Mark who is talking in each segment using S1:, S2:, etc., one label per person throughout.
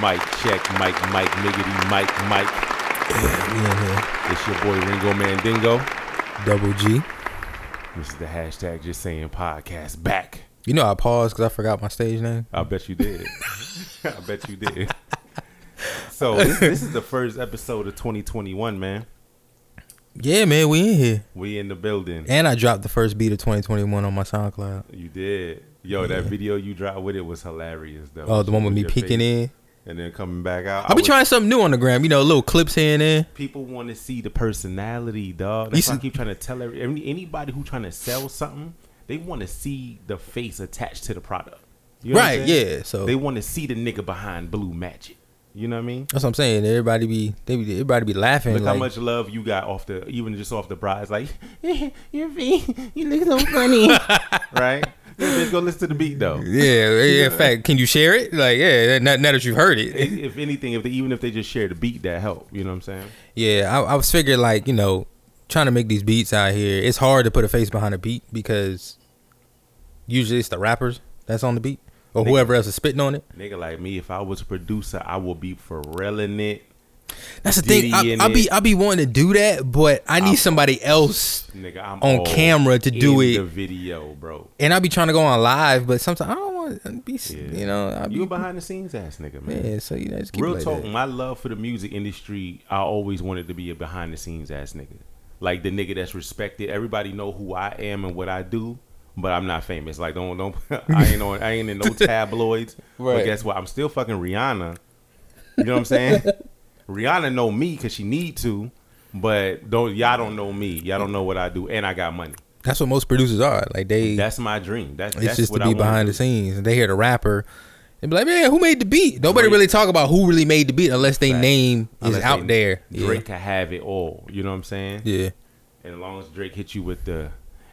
S1: Mic check, mic, mic, miggity, mic, mic.
S2: Yeah,
S1: It's your boy Ringo Mandingo.
S2: man. Double G.
S1: This is the hashtag just saying podcast back.
S2: You know I paused because I forgot my stage name.
S1: I bet you did. I bet you did. So this, this is the first episode of 2021, man.
S2: Yeah, man, we in here.
S1: We in the building.
S2: And I dropped the first beat of 2021 on my SoundCloud.
S1: You did. Yo, that video you dropped with it was hilarious though.
S2: Oh, the one with me
S1: Your
S2: peeking
S1: face
S2: in.
S1: and then coming back out.
S2: I'll
S1: I
S2: be
S1: was-
S2: trying something new on the gram. You know, little clips here and there.
S1: People want to see the personality, dog. That's
S2: You
S1: why I
S2: see-
S1: keep trying to tell every, any- anybody who trying to sell something, they want to see the face attached to the product. You know what I'm
S2: Right,
S1: saying?
S2: yeah, so-
S1: they want to see the nigga behind Blue Magic. You know what I mean?
S2: That's what I'm saying. Everybody be they be everybody be laughing.
S1: Look
S2: like,
S1: how much love you got off the even just off the bride's like your feet, you look so funny, right? Let's go listen to the beat though.
S2: Yeah, yeah. In fact, can you share it? Like, yeah. Now, now that you've heard it.
S1: If if anything, if they, even if they just share the beat, that help. You know what I'm saying?
S2: Yeah, I, I was figuring like you know, trying to make these beats out here. It's hard to put a face behind a beat because usually it's the rappers that's on the beat or whoever else is spitting on it.
S1: Nigga like me, if I was a producer, I would be Pharrelling it.
S2: That's the
S1: Diddy
S2: thing. I,
S1: in
S2: I be
S1: it.
S2: I be wanting to do that, but I need somebody else,
S1: Nigga, I'm
S2: On
S1: all
S2: camera to do
S1: in
S2: it.
S1: The video, bro.
S2: and I be trying to go on live, but sometimes I don't want to be. s
S1: Yeah.
S2: You know, I be,
S1: You a behind the scenes ass nigga, man.
S2: yeah. So you know, just keep it
S1: Real
S2: like
S1: talk,
S2: that.
S1: my love for the music industry, I always wanted to be a behind the scenes ass nigga. Like the nigga that's respected. Everybody know who I am and what I do, but I'm not famous. Like don't don't I ain't on I ain't in no tabloids. But
S2: Right.
S1: guess what? I'm still fucking Rihanna. You know what I'm saying? Rihanna know me cause she need to, but don't y'all don't know me. Y'all don't know what I do, and I got money.
S2: That's what most producers are. Like they,
S1: That's my dream. That's
S2: it's
S1: that's
S2: just to
S1: what
S2: be
S1: I wanna
S2: behind
S1: do.
S2: the scenes. And they hear the rapper, they be like, man, who made the beat? Nobody really talk about who really made the beat unless they
S1: Facts.
S2: name
S1: Unless
S2: is
S1: they-
S2: out there. Yeah.
S1: Drake could have it all. You know what I'm saying?
S2: yeah.
S1: And as long as Drake hit you with the,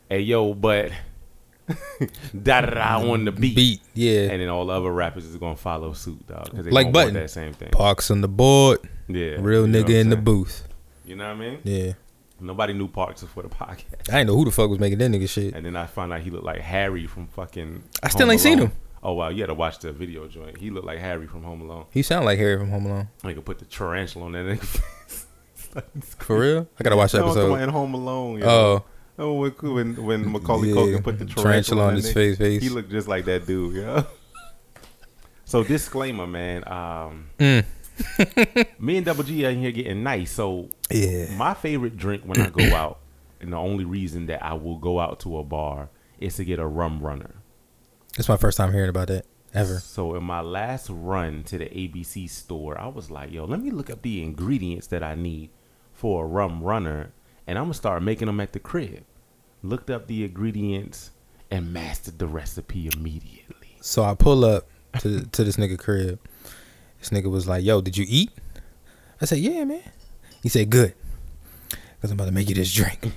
S1: hey yo, but da da da on the beat,
S2: Beat, yeah.
S1: and then all the other rappers is gonna follow suit, dog. Cause they gonna
S2: Like
S1: want
S2: Button.
S1: that same thing.
S2: Parks on the board,
S1: Yeah,
S2: real
S1: you know
S2: nigga
S1: what I'm
S2: in the
S1: saying?
S2: booth.
S1: You know what I mean?
S2: Yeah,
S1: Nobody knew Parks before the podcast,
S2: I didn't know who the fuck was making that nigga shit.
S1: and then I found out he looked like Harry from fucking.
S2: I still
S1: Home
S2: ain't seen
S1: Alone.
S2: him.
S1: Oh wow, you had to watch the video joint. He looked like Harry from Home Alone.
S2: He sound like Harry from Home Alone.
S1: I could put the tarantula on that nigga. face.
S2: For real, I gotta watch the
S1: No, I'm talking about
S2: episode.
S1: in Home Alone. yo.
S2: Oh,
S1: Oh, when- when when Macaulay
S2: Yeah,
S1: Culkin put the tarantula, on his face,
S2: face.
S1: he looked just like that dude. Yeah. So disclaimer, man. Um,
S2: Mm.
S1: me and Double G out here getting nice. So
S2: yeah.
S1: my favorite drink when I go out, and the only reason that I will go out to a bar is to get a rum runner.
S2: It's my first time hearing about that ever.
S1: So in my last run to the ABC store, I was like, yo, let me look up the ingredients that I need for a rum runner, and I'm gonna start making them at the crib. Looked up the ingredients and mastered the recipe immediately.
S2: So I pull up to to this nigga crib. This nigga was like, "Yo, did you eat?" I said, "Yeah, man." He said, "Good, cause I'm about to make you this drink."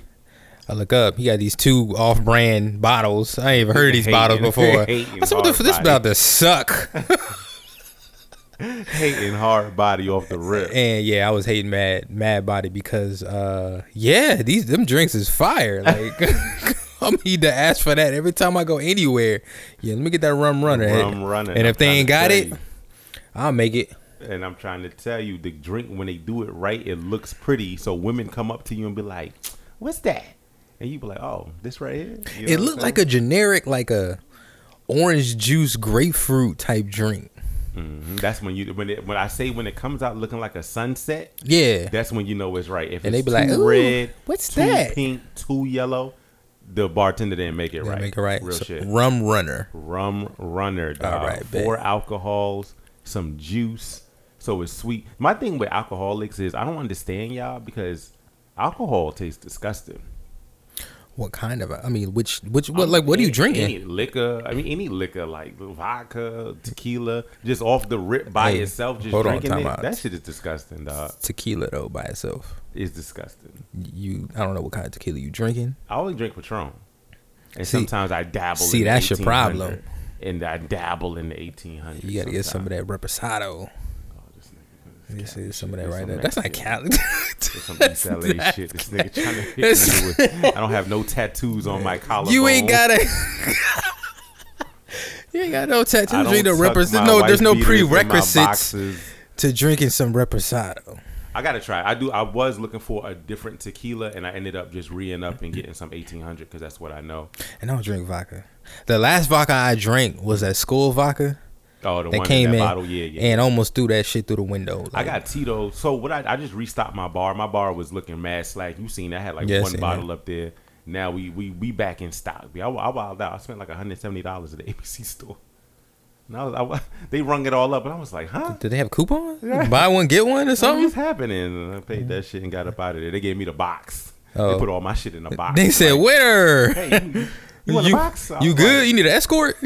S2: I look up. He got these two off-brand bottles. I ain't even heard of these
S1: Hating.
S2: bottles before.
S1: Hating
S2: I said, "What the f- this
S1: hard
S2: about to suck?"
S1: Hating hard body off the rip.
S2: And yeah, I was hating Mad Mad Body because uh yeah, these them drinks is fire. Like I'm need to ask for that every time I go anywhere. Yeah, let me get that rum runner.
S1: Rum
S2: and,
S1: runner.
S2: And if they
S1: I'm
S2: ain't
S1: trying
S2: got
S1: to
S2: it,
S1: tell
S2: I'll make it.
S1: you. and I'm trying to tell you, the drink when they do it right, it looks pretty. So women come up to you and be like, "What's that?" And you be like, "Oh, this right here." You know
S2: it
S1: what
S2: looked
S1: I'm
S2: like
S1: saying?
S2: a generic like a orange juice grapefruit type drink.
S1: Mhm. That's when you when it, when I say when it comes out looking like a sunset,
S2: Yeah.
S1: that's when you know it's right. If
S2: And
S1: it's
S2: they be like,
S1: too
S2: "Ooh,
S1: red,
S2: what's
S1: too
S2: that?"
S1: pink, too yellow, the bartender didn't make it
S2: They
S1: right.
S2: Make it right.
S1: Real
S2: So,
S1: shit.
S2: Rum runner.
S1: Rum runner, dog.
S2: All right, bet.
S1: Four alcohols, some juice, so it's sweet. My thing with alcoholics is I don't understand y'all because alcohol tastes disgusting.
S2: What kind of? I mean, which which what like what are you
S1: Any-
S2: drinking?
S1: Any liquor? I mean, any liquor like vodka, tequila, just off the rip by
S2: Hey,
S1: itself, just
S2: hold on,
S1: drinking
S2: time
S1: it.
S2: out.
S1: That shit is disgusting, dog.
S2: Tequila though by itself.
S1: It's disgusting.
S2: You I don't know what kind of tequila you drinking.
S1: I only drink Patron, and
S2: See-
S1: sometimes I dabble.
S2: see,
S1: in the
S2: that's your
S1: 1800,
S2: problem.
S1: And I dabble in the eighteen hundred.
S2: You got to get some of that
S1: Oh,
S2: reposado. Get some of that right there. That's not Cali.
S1: Some East LA shit. This nigga trying to hit me
S2: That's-
S1: with. I don't have no tattoos on my collarbone.
S2: you ain't got to You ain't got no tattoos.
S1: I
S2: You
S1: don't
S2: ain't no
S1: tuck
S2: repres-
S1: my
S2: no,
S1: wife
S2: there's no
S1: beaters in my
S2: prerequisites
S1: boxes.
S2: to drinking some reposado.
S1: I gotta try. I do. I was looking for a different tequila, and I ended up just re up and getting some eighteen hundred because that's what I know.
S2: And I don't drink vodka. The last vodka I drank was that school vodka
S1: Oh, the
S2: that
S1: one
S2: came
S1: in that
S2: in
S1: bottle. Yeah, yeah.
S2: and almost threw that shit through the window.
S1: I
S2: Like,
S1: got Tito. So what? I, I just restocked my bar. My bar was looking mad slack. You seen? I had like
S2: Yeah, I
S1: one
S2: seen
S1: bottle up there. Now we we we back in stock. I, I wilded out. I spent like one hundred seventy dollars at the ABC store. And I was, I, wa- they rung it all up, and I was like, huh.
S2: Did they have coupons? Buy one get one or
S1: Something's
S2: something?
S1: happening. And I paid that shit and got up out of there. They gave me the box. They
S2: Oh.
S1: put all my shit in the box.
S2: They said, "Winner,
S1: "Hey, you, you, want a box? I
S2: you
S1: was
S2: good?
S1: like,
S2: you need an escort?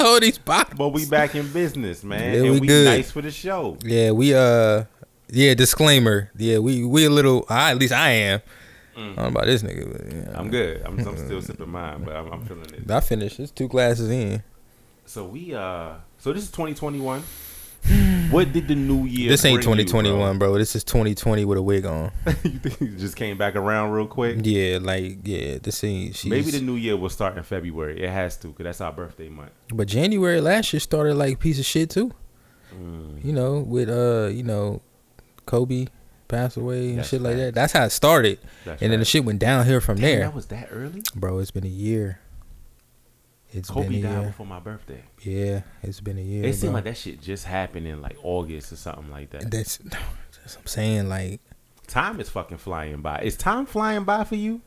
S2: oh, these box.
S1: But we back in business, man.
S2: Yeah,
S1: and we,
S2: we good.
S1: nice for the show.
S2: Yeah, we uh, yeah. Disclaimer. Yeah, we we a little. I, at least I am.
S1: Mm.
S2: I don't know about this nigga. But, yeah.
S1: I'm good. I'm, I'm still sipping mine, but I'm, I'm feeling it.
S2: I finished. It's two glasses in.
S1: So we uh, so this is 2021. what did the new year?
S2: this ain't
S1: bring you,
S2: 2021, bro. This is 2020 with a wig on.
S1: bro? you think it just came back around real quick?
S2: yeah, like yeah. This ain't. She's,
S1: Maybe the new year will start in February. It has to, cause that's our birthday month.
S2: But January last year started like piece of shit too.
S1: Mm.
S2: You know, with uh, you know, Kobe passed away and
S1: That's
S2: shit like
S1: facts.
S2: that. That's how it started.
S1: That's
S2: and then the
S1: right.
S2: shit went downhill from
S1: Damn,
S2: there.
S1: that was that early.
S2: Bro, it's been a year. It's
S1: Kobe
S2: been a
S1: died
S2: year.
S1: before my birthday.
S2: Yeah, it's been a year.
S1: it seemed
S2: bro.
S1: like that shit just happened in like August or something like that.
S2: That's, that's what I'm saying. Like,
S1: Time is fucking flying by. Is time flying by for you?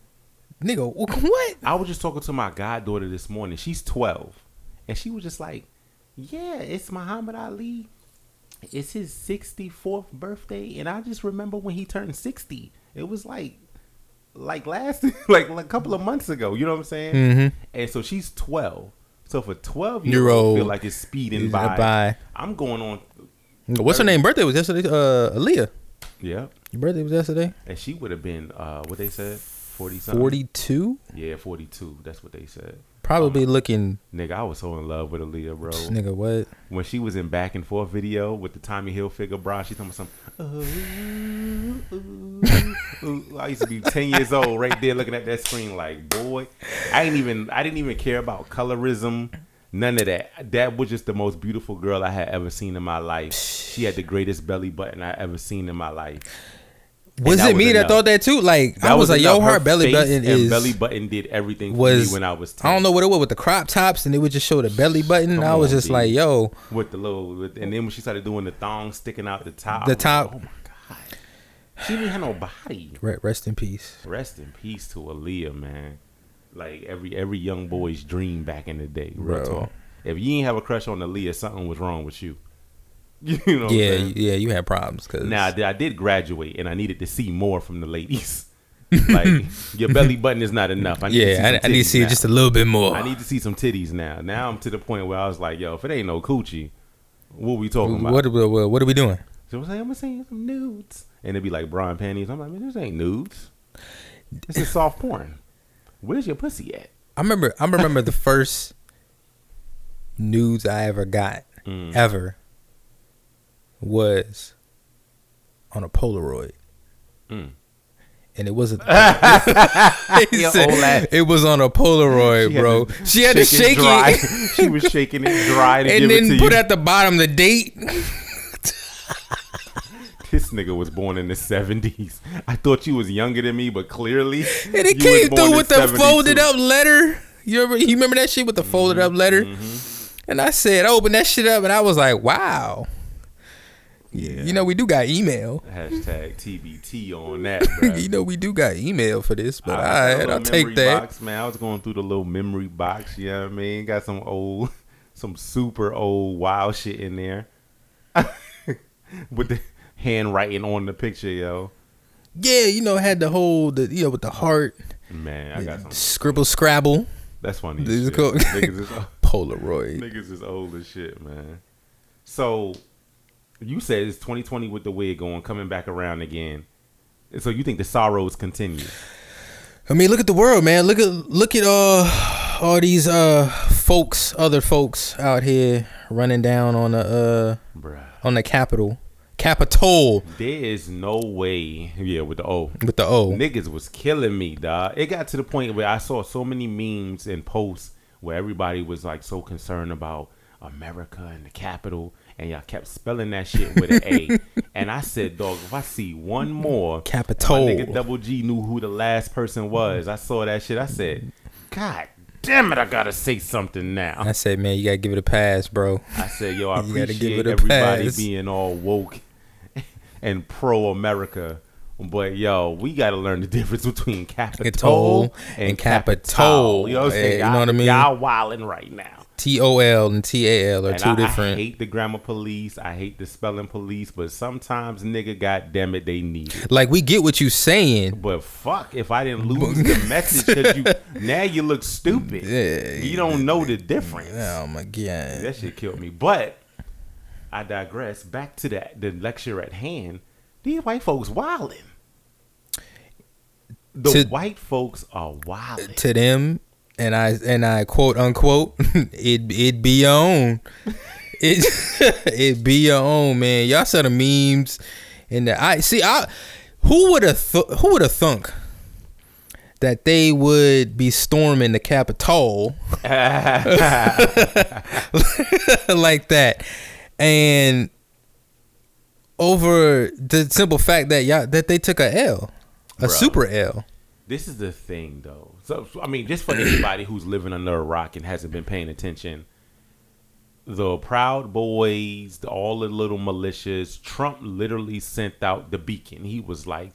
S2: nigga, wh- what?
S1: I was just talking to my goddaughter this morning. She's 12. And she was just like, Yeah, it's Muhammad Ali. It's his 64th birthday. And I just remember when he turned 60. It was like, like last, like, like a couple of months ago. You know what I'm saying?
S2: Mhm.
S1: And so she's 12. So for 12 year
S2: Year
S1: old,
S2: old.
S1: feel like it's speeding
S2: It's
S1: by.
S2: by.
S1: I'm going on.
S2: What's her name? Birthday was yesterday. Uh, Aaliyah.
S1: Yeah.
S2: Your birthday was yesterday.
S1: And she would have been, uh, what they said, 40 something.
S2: 42.
S1: Yeah, 42. That's what they said.
S2: Probably
S1: Uh-huh.
S2: looking.
S1: Nigga, I was so in love with Aaliyah, bro.
S2: Nigga, what?
S1: when she was in back and forth video with the Tommy Hilfiger bra, she talking about some. "Uh, "Ooh, ooh, ooh." uh, I used to be ten years old, right there, looking at that screen like, boy, I ain't even, I didn't even care about colorism, none of that. That was just the most beautiful girl I had ever seen in my life. She had the greatest belly button I ever seen in my life.
S2: Was
S1: that
S2: it me
S1: was
S2: that
S1: enough.
S2: thought that too? Like, I
S1: That
S2: was, like, yo,
S1: enough.
S2: her, belly
S1: face
S2: button
S1: and
S2: is.
S1: belly button did everything for
S2: was
S1: me when I was. 10.
S2: I don't know what it was with the crop tops, and it would just show the belly button.
S1: Come
S2: I was
S1: on,
S2: just
S1: B.
S2: like, yo,
S1: with the little, with, and then when she started doing the thong sticking out the top,
S2: The
S1: I was like,
S2: top.
S1: oh my god, she didn't have no body.
S2: re- rest in peace.
S1: Rest in peace to Aaliyah, man. Like every every young boy's dream back in the day. Real
S2: Bro.
S1: talk. If you ain't have a crush on Aaliyah, something was wrong with you. You know. What
S2: yeah,
S1: I'm saying?
S2: you- yeah, you had problems because
S1: Now I did, I did graduate, and I needed to see more from the ladies. like your belly button is not enough. I need to see
S2: yeah,
S1: some
S2: I, I need to
S1: titties
S2: see
S1: now.
S2: just a little bit more.
S1: I need to see some titties now. Now I'm to the point where I was like, yo, if it ain't no coochie, what we talking about?
S2: what, what, what, what are we doing?
S1: So I'm saying, I'm gonna say some nudes, and it'd be like bra and panties. I'm like, man, this ain't nudes. This is soft porn. Where's your pussy at?
S2: I remember, I remember the first nudes I ever got
S1: Mm.
S2: ever was on a Polaroid,
S1: Mm.
S2: and it wasn't.
S1: Your old ass.
S2: it was on a Polaroid,
S1: She had
S2: bro.
S1: to
S2: she had to shake it,
S1: dry. she was shaking it dry to
S2: and
S1: give it
S2: then
S1: to
S2: put
S1: you.
S2: at the bottom the date.
S1: this nigga was born in the seventies. I thought you was younger than me, but clearly
S2: And it
S1: you was
S2: came
S1: born in
S2: through with the
S1: 72.
S2: folded up letter. You remember, you remember that shit with the folded up letter?
S1: Mm-hmm.
S2: And I said, open that shit up, and I was like, wow.
S1: Yeah.
S2: You know, we do got email.
S1: Hashtag TBT on that, bro.
S2: you know, we do got email for this, but all
S1: got a
S2: right,
S1: little
S2: I'll take
S1: memory
S2: that.
S1: Box, man, I was going through the little memory box. You know what I mean? Got some old, some super old wild shit in there, with the handwriting on the picture, yo.
S2: Yeah, you know, had the whole, the you know, with the heart,
S1: Man, I got some.
S2: scribble, scrabble,
S1: That's funny.
S2: These
S1: Shit.
S2: are cool.
S1: Niggas is,
S2: Polaroid.
S1: niggas is old as shit, man. So, you said it's 2020 with the wig on, coming back around again. So you think the sorrows continue?
S2: I mean, look at the world, man. Look at look at uh, all these uh folks, other folks out here running down on the
S1: Bruh.
S2: uh on the capital, Capitol
S1: There is no way. Yeah, with the oh, O.
S2: with the O.
S1: Niggas was killing me, dog. It got to the point where I saw so many memes and posts where everybody was like so concerned about America and the capital, and y'all kept spelling that shit with an A. And I said, dog, if I see one more, and my
S2: Capitol.
S1: nigga Double G knew who the last person was. I saw that shit. I said, God damn it, I gotta say something now.
S2: I said, man, you gotta give it a pass, bro.
S1: I said, yo, I
S2: You gotta
S1: appreciate
S2: give it a
S1: everybody
S2: pass.
S1: being all woke and pro America. But yo, we gotta learn the difference between Capitol
S2: Capitol
S1: and
S2: and
S1: Capitol.
S2: Capitol.
S1: You know what I'm
S2: Eh,
S1: saying?
S2: you know what I mean?
S1: Y'all wildin' right now.
S2: T O L and T A L are
S1: And
S2: two
S1: I, I
S2: different.
S1: hate the grammar police. I hate the spelling police. But sometimes, nigga, goddamn it, they need it.
S2: like we get what you saying.
S1: But fuck, if I didn't lose the message, 'cause you now you look stupid.
S2: Yeah.
S1: you don't know the difference.
S2: Oh my god.
S1: That shit killed me. But I digress. Back to that the lecture at hand. These white folks wildin'. The
S2: To-
S1: white folks are wildin'.
S2: To them, and I and I quote unquote, it it be your own. It it be your own, man. Y'all saw the memes and the I see I who would have th- who would have thunk that they would be storming the Capitol like that. And over the simple fact that y'all that they took a L, a
S1: Bruh.
S2: super L.
S1: this is the thing, though. So so, I mean, just for anybody who's living under a rock and hasn't been paying attention, the Proud Boys, the, all the little militias, Trump literally sent out the beacon. He was like,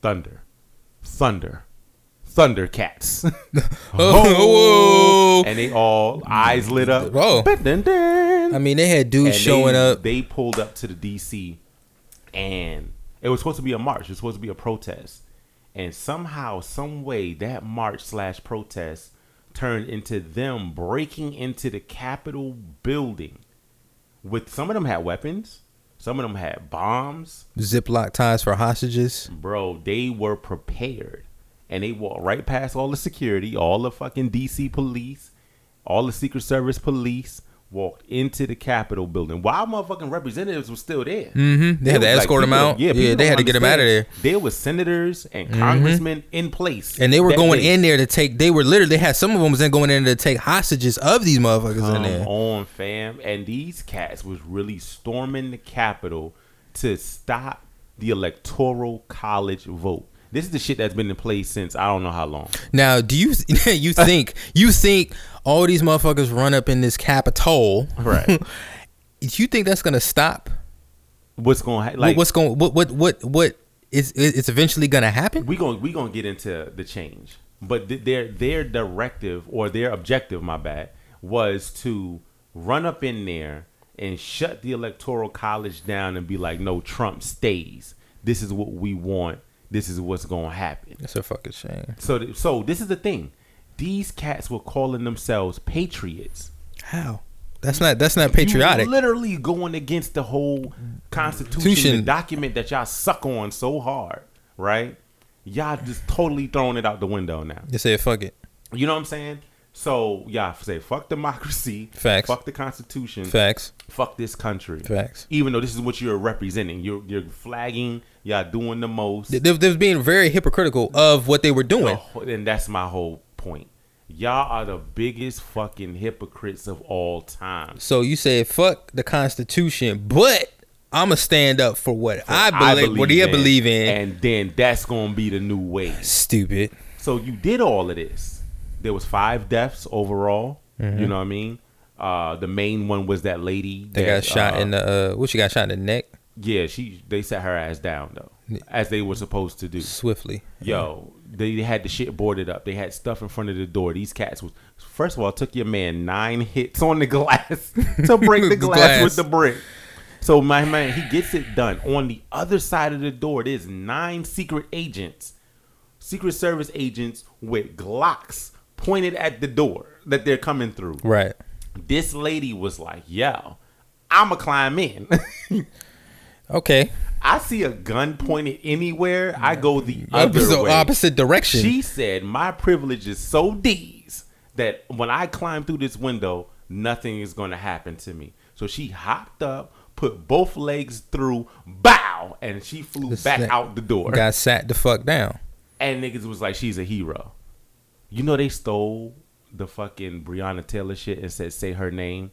S1: "Thunder, thunder, thundercats."
S2: Oh,
S1: and they all eyes lit up.
S2: Oh.
S1: Ba-dun-dun.
S2: I mean, they had
S1: And
S2: dudes
S1: they-
S2: showing up.
S1: They pulled up to the DC, and it was supposed to be a march. It was supposed to be a protest, and somehow, some way, that march slash protest turned into them breaking into the Capitol building. With some of them had weapons, some of them had bombs.
S2: Ziploc ties for hostages.
S1: Bro, they were prepared. And they walked right past all the security, all the fucking DC police, all the Secret Service police, walked into the Capitol building. While motherfucking representatives were still there.
S2: Mm-hmm. They had to
S1: was like,
S2: escort them
S1: people-
S2: out. Yeah,
S1: people
S2: they had to
S1: don't
S2: get them out of there. Mm-hmm.
S1: understand. There was senators and congressmen in place.
S2: And they were
S1: that
S2: going
S1: day.
S2: in there to take. They were literally they had some of them was then going in there to take hostages of these motherfuckers in
S1: Come
S2: there.
S1: on, fam. And these cats was really storming the Capitol to stop the electoral college vote. This is the shit that's been in place since I don't know how long.
S2: Now, do you you think you think all these motherfuckers run up in this Capitol?
S1: Right.
S2: you think that's gonna stop?
S1: what's going to happen. Like,
S2: what's going? What what what what is it's eventually gonna happen?
S1: we going we going to get into the change, but th- their their directive or their objective, my bad, was to run up in there and shut the electoral college down and be like, no, Trump stays. This is what we want. This is what's going to happen.
S2: It's a fucking shame.
S1: So th- so this is the thing. These cats were calling themselves patriots.
S2: How? That's not that's not
S1: You
S2: patriotic.
S1: literally going against the whole constitution,
S2: Constitution.
S1: the document that y'all suck on so hard, right? Y'all just totally throwing it out the window now.
S2: They said fuck it.
S1: You know what I'm saying? So y'all say fuck democracy,
S2: Facts.
S1: fuck the constitution,
S2: Facts.
S1: fuck this country,
S2: Facts.
S1: Even though this is what you're representing, you're you're flagging, y'all doing the most.
S2: They, they, they was being very hypocritical of what they were
S1: The
S2: doing.
S1: wh- and that's my whole point. Y'all are the biggest fucking hypocrites of all time.
S2: So you said fuck the Constitution, but I'ma stand up for what I believe, what I believe in.
S1: And then that's going to be the new way.
S2: Stupid.
S1: So you did all of this. There was five deaths overall. You know what I mean? Uh, the main one was that lady
S2: Mm-hmm. They
S1: that,
S2: got shot
S1: uh,
S2: in the uh, what? She got shot in the neck
S1: Yeah, she they sat her ass down though,
S2: Yeah.
S1: as they were supposed to do.
S2: swiftly.
S1: Yo, they had the shit boarded up. They had stuff in front of the door. These cats was first of all it took your man nine hits on the glass to break the
S2: The
S1: glass,
S2: glass.
S1: with the brick. So my man, he gets it done. On the other side of the door, there's nine secret agents, secret service agents with Glocks pointed at the door that they're coming through
S2: Right.
S1: this lady was like, yo, I'ma climb in.
S2: Okay.
S1: I see a gun pointed anywhere, I go the other
S2: Opposite,
S1: way.
S2: opposite direction.
S1: She said, my privilege is so D's that when I climb through this window, nothing is gonna happen to me. So she hopped up, put both legs through, bow, and she flew
S2: This
S1: back
S2: that
S1: out the door.
S2: Got sat the fuck down.
S1: And niggas was like, she's a hero. You know they stole the fucking Breonna Taylor shit and said, say her name.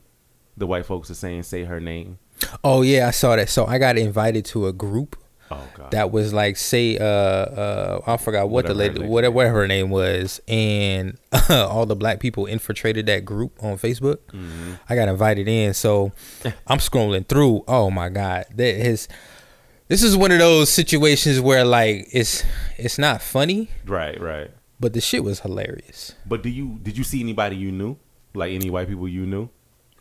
S1: The white folks are saying, say her name.
S2: Oh yeah, I saw that. So I got invited to a group
S1: Oh god.
S2: that was like say uh uh I forgot what
S1: Whatever her
S2: the lady
S1: name
S2: whatever, whatever her name was and all the black people infiltrated that group on Facebook.
S1: Mm-hmm.
S2: I got invited in, so I'm scrolling through. Oh my god, that is this is one of those situations where like it's it's not funny,
S1: right, right.
S2: but the shit was hilarious.
S1: But do you did you see anybody you knew? Like any white people you knew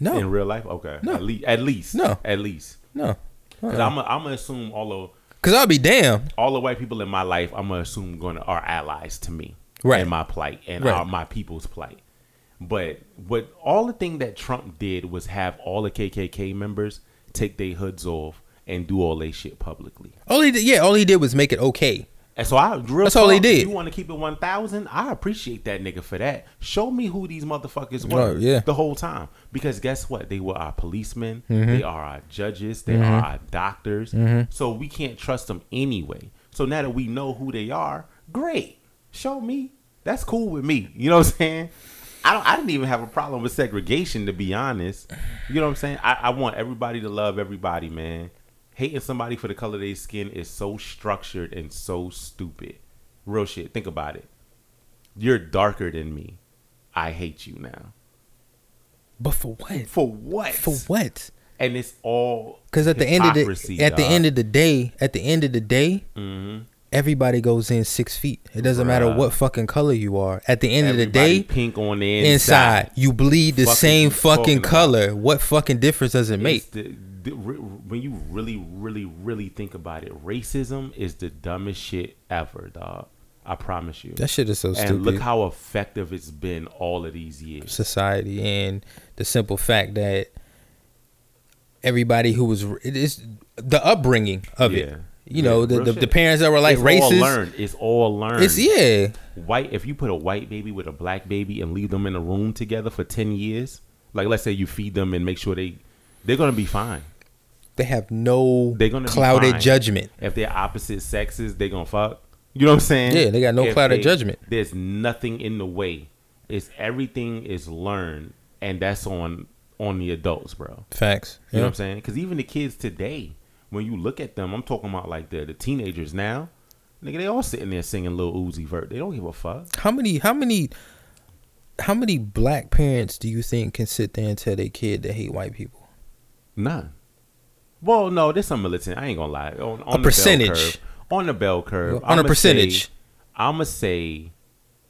S2: No,
S1: in real life? Okay.
S2: No.
S1: At least at least.
S2: No. Uh-uh.
S1: At least.
S2: no,
S1: Cuz I'm i I'm gonna assume all of
S2: because I'll be damned.
S1: all the white people in my life, I'm gonna assume going to are allies to me,
S2: Right.
S1: In my plight and
S2: Right.
S1: our, my people's plight. But what all the thing that Trump did was have all the KKK members take their hoods off and do all they shit publicly.
S2: All he did, yeah, all he did was make it okay.
S1: And so I real
S2: That's all he
S1: talk,
S2: did.
S1: You want to keep it one thousand? I appreciate that nigga for that. Show me who these motherfuckers
S2: No,
S1: were
S2: Oh, yeah.
S1: the whole time. Because guess what? They were our policemen. They are our judges. They are our doctors. So we can't trust them anyway. So now that we know who they are, great. Show me. That's cool with me. You know what I'm saying? I don't. I didn't even have a problem with segregation, to be honest. You know what I'm saying? I, I want everybody to love everybody, man. Hating somebody for the color of their skin is so structured and so stupid. Real shit. Think about it. You're darker than me. I hate you now.
S2: But for what?
S1: For what?
S2: For what?
S1: And it's all
S2: Because at the end of
S1: hypocrisy,
S2: the at the
S1: dog.
S2: end of the day, at the end of the day,
S1: Mhm.
S2: everybody goes in six feet. It doesn't matter
S1: Bruh.
S2: what fucking color you are. At the end of the
S1: Everybody
S2: day,
S1: pink on the
S2: inside,
S1: inside.
S2: you bleed the
S1: Fuck is
S2: same
S1: you talking
S2: fucking
S1: about?
S2: color. What fucking difference does it make?
S1: It's the- the- re- when you really, really, really think about it, racism is the dumbest shit ever, dog. I promise you.
S2: That shit is so
S1: and
S2: stupid.
S1: look how effective it's been all of these years.
S2: Society and the simple fact that everybody who was it is the upbringing of
S1: Yeah.
S2: it. You know,
S1: Yeah,
S2: the,
S1: real
S2: the, the
S1: shit.
S2: parents that were like
S1: it's all
S2: racist.
S1: learned. It's all learned.
S2: It's yeah.
S1: white if you put a white baby with a black baby and leave them in a room together for 10 years like let's say you feed them and make sure they they're gonna be fine
S2: They have no
S1: they're gonna be
S2: clouded
S1: fine.
S2: judgment.
S1: if they're opposite sexes they're gonna fuck you know what i'm saying
S2: Yeah, they got no
S1: If
S2: clouded
S1: they-
S2: judgment.
S1: there's nothing in the way it's everything is learned and that's on on the adults bro
S2: Facts.
S1: you know
S2: Yeah.
S1: what I'm saying? Because even the kids today, when you look at them, I'm talking about like the the teenagers now, nigga, they all sitting there singing Lil Uzi Vert. They don't give a fuck.
S2: How many how many how many black parents do you think can sit there and tell their kid they hate white people?
S1: None. Well, no, there's some militant. I ain't gonna lie. On, on the bell
S2: percentage.
S1: curve- on the bell curve.
S2: On a percentage.
S1: I'm gonna say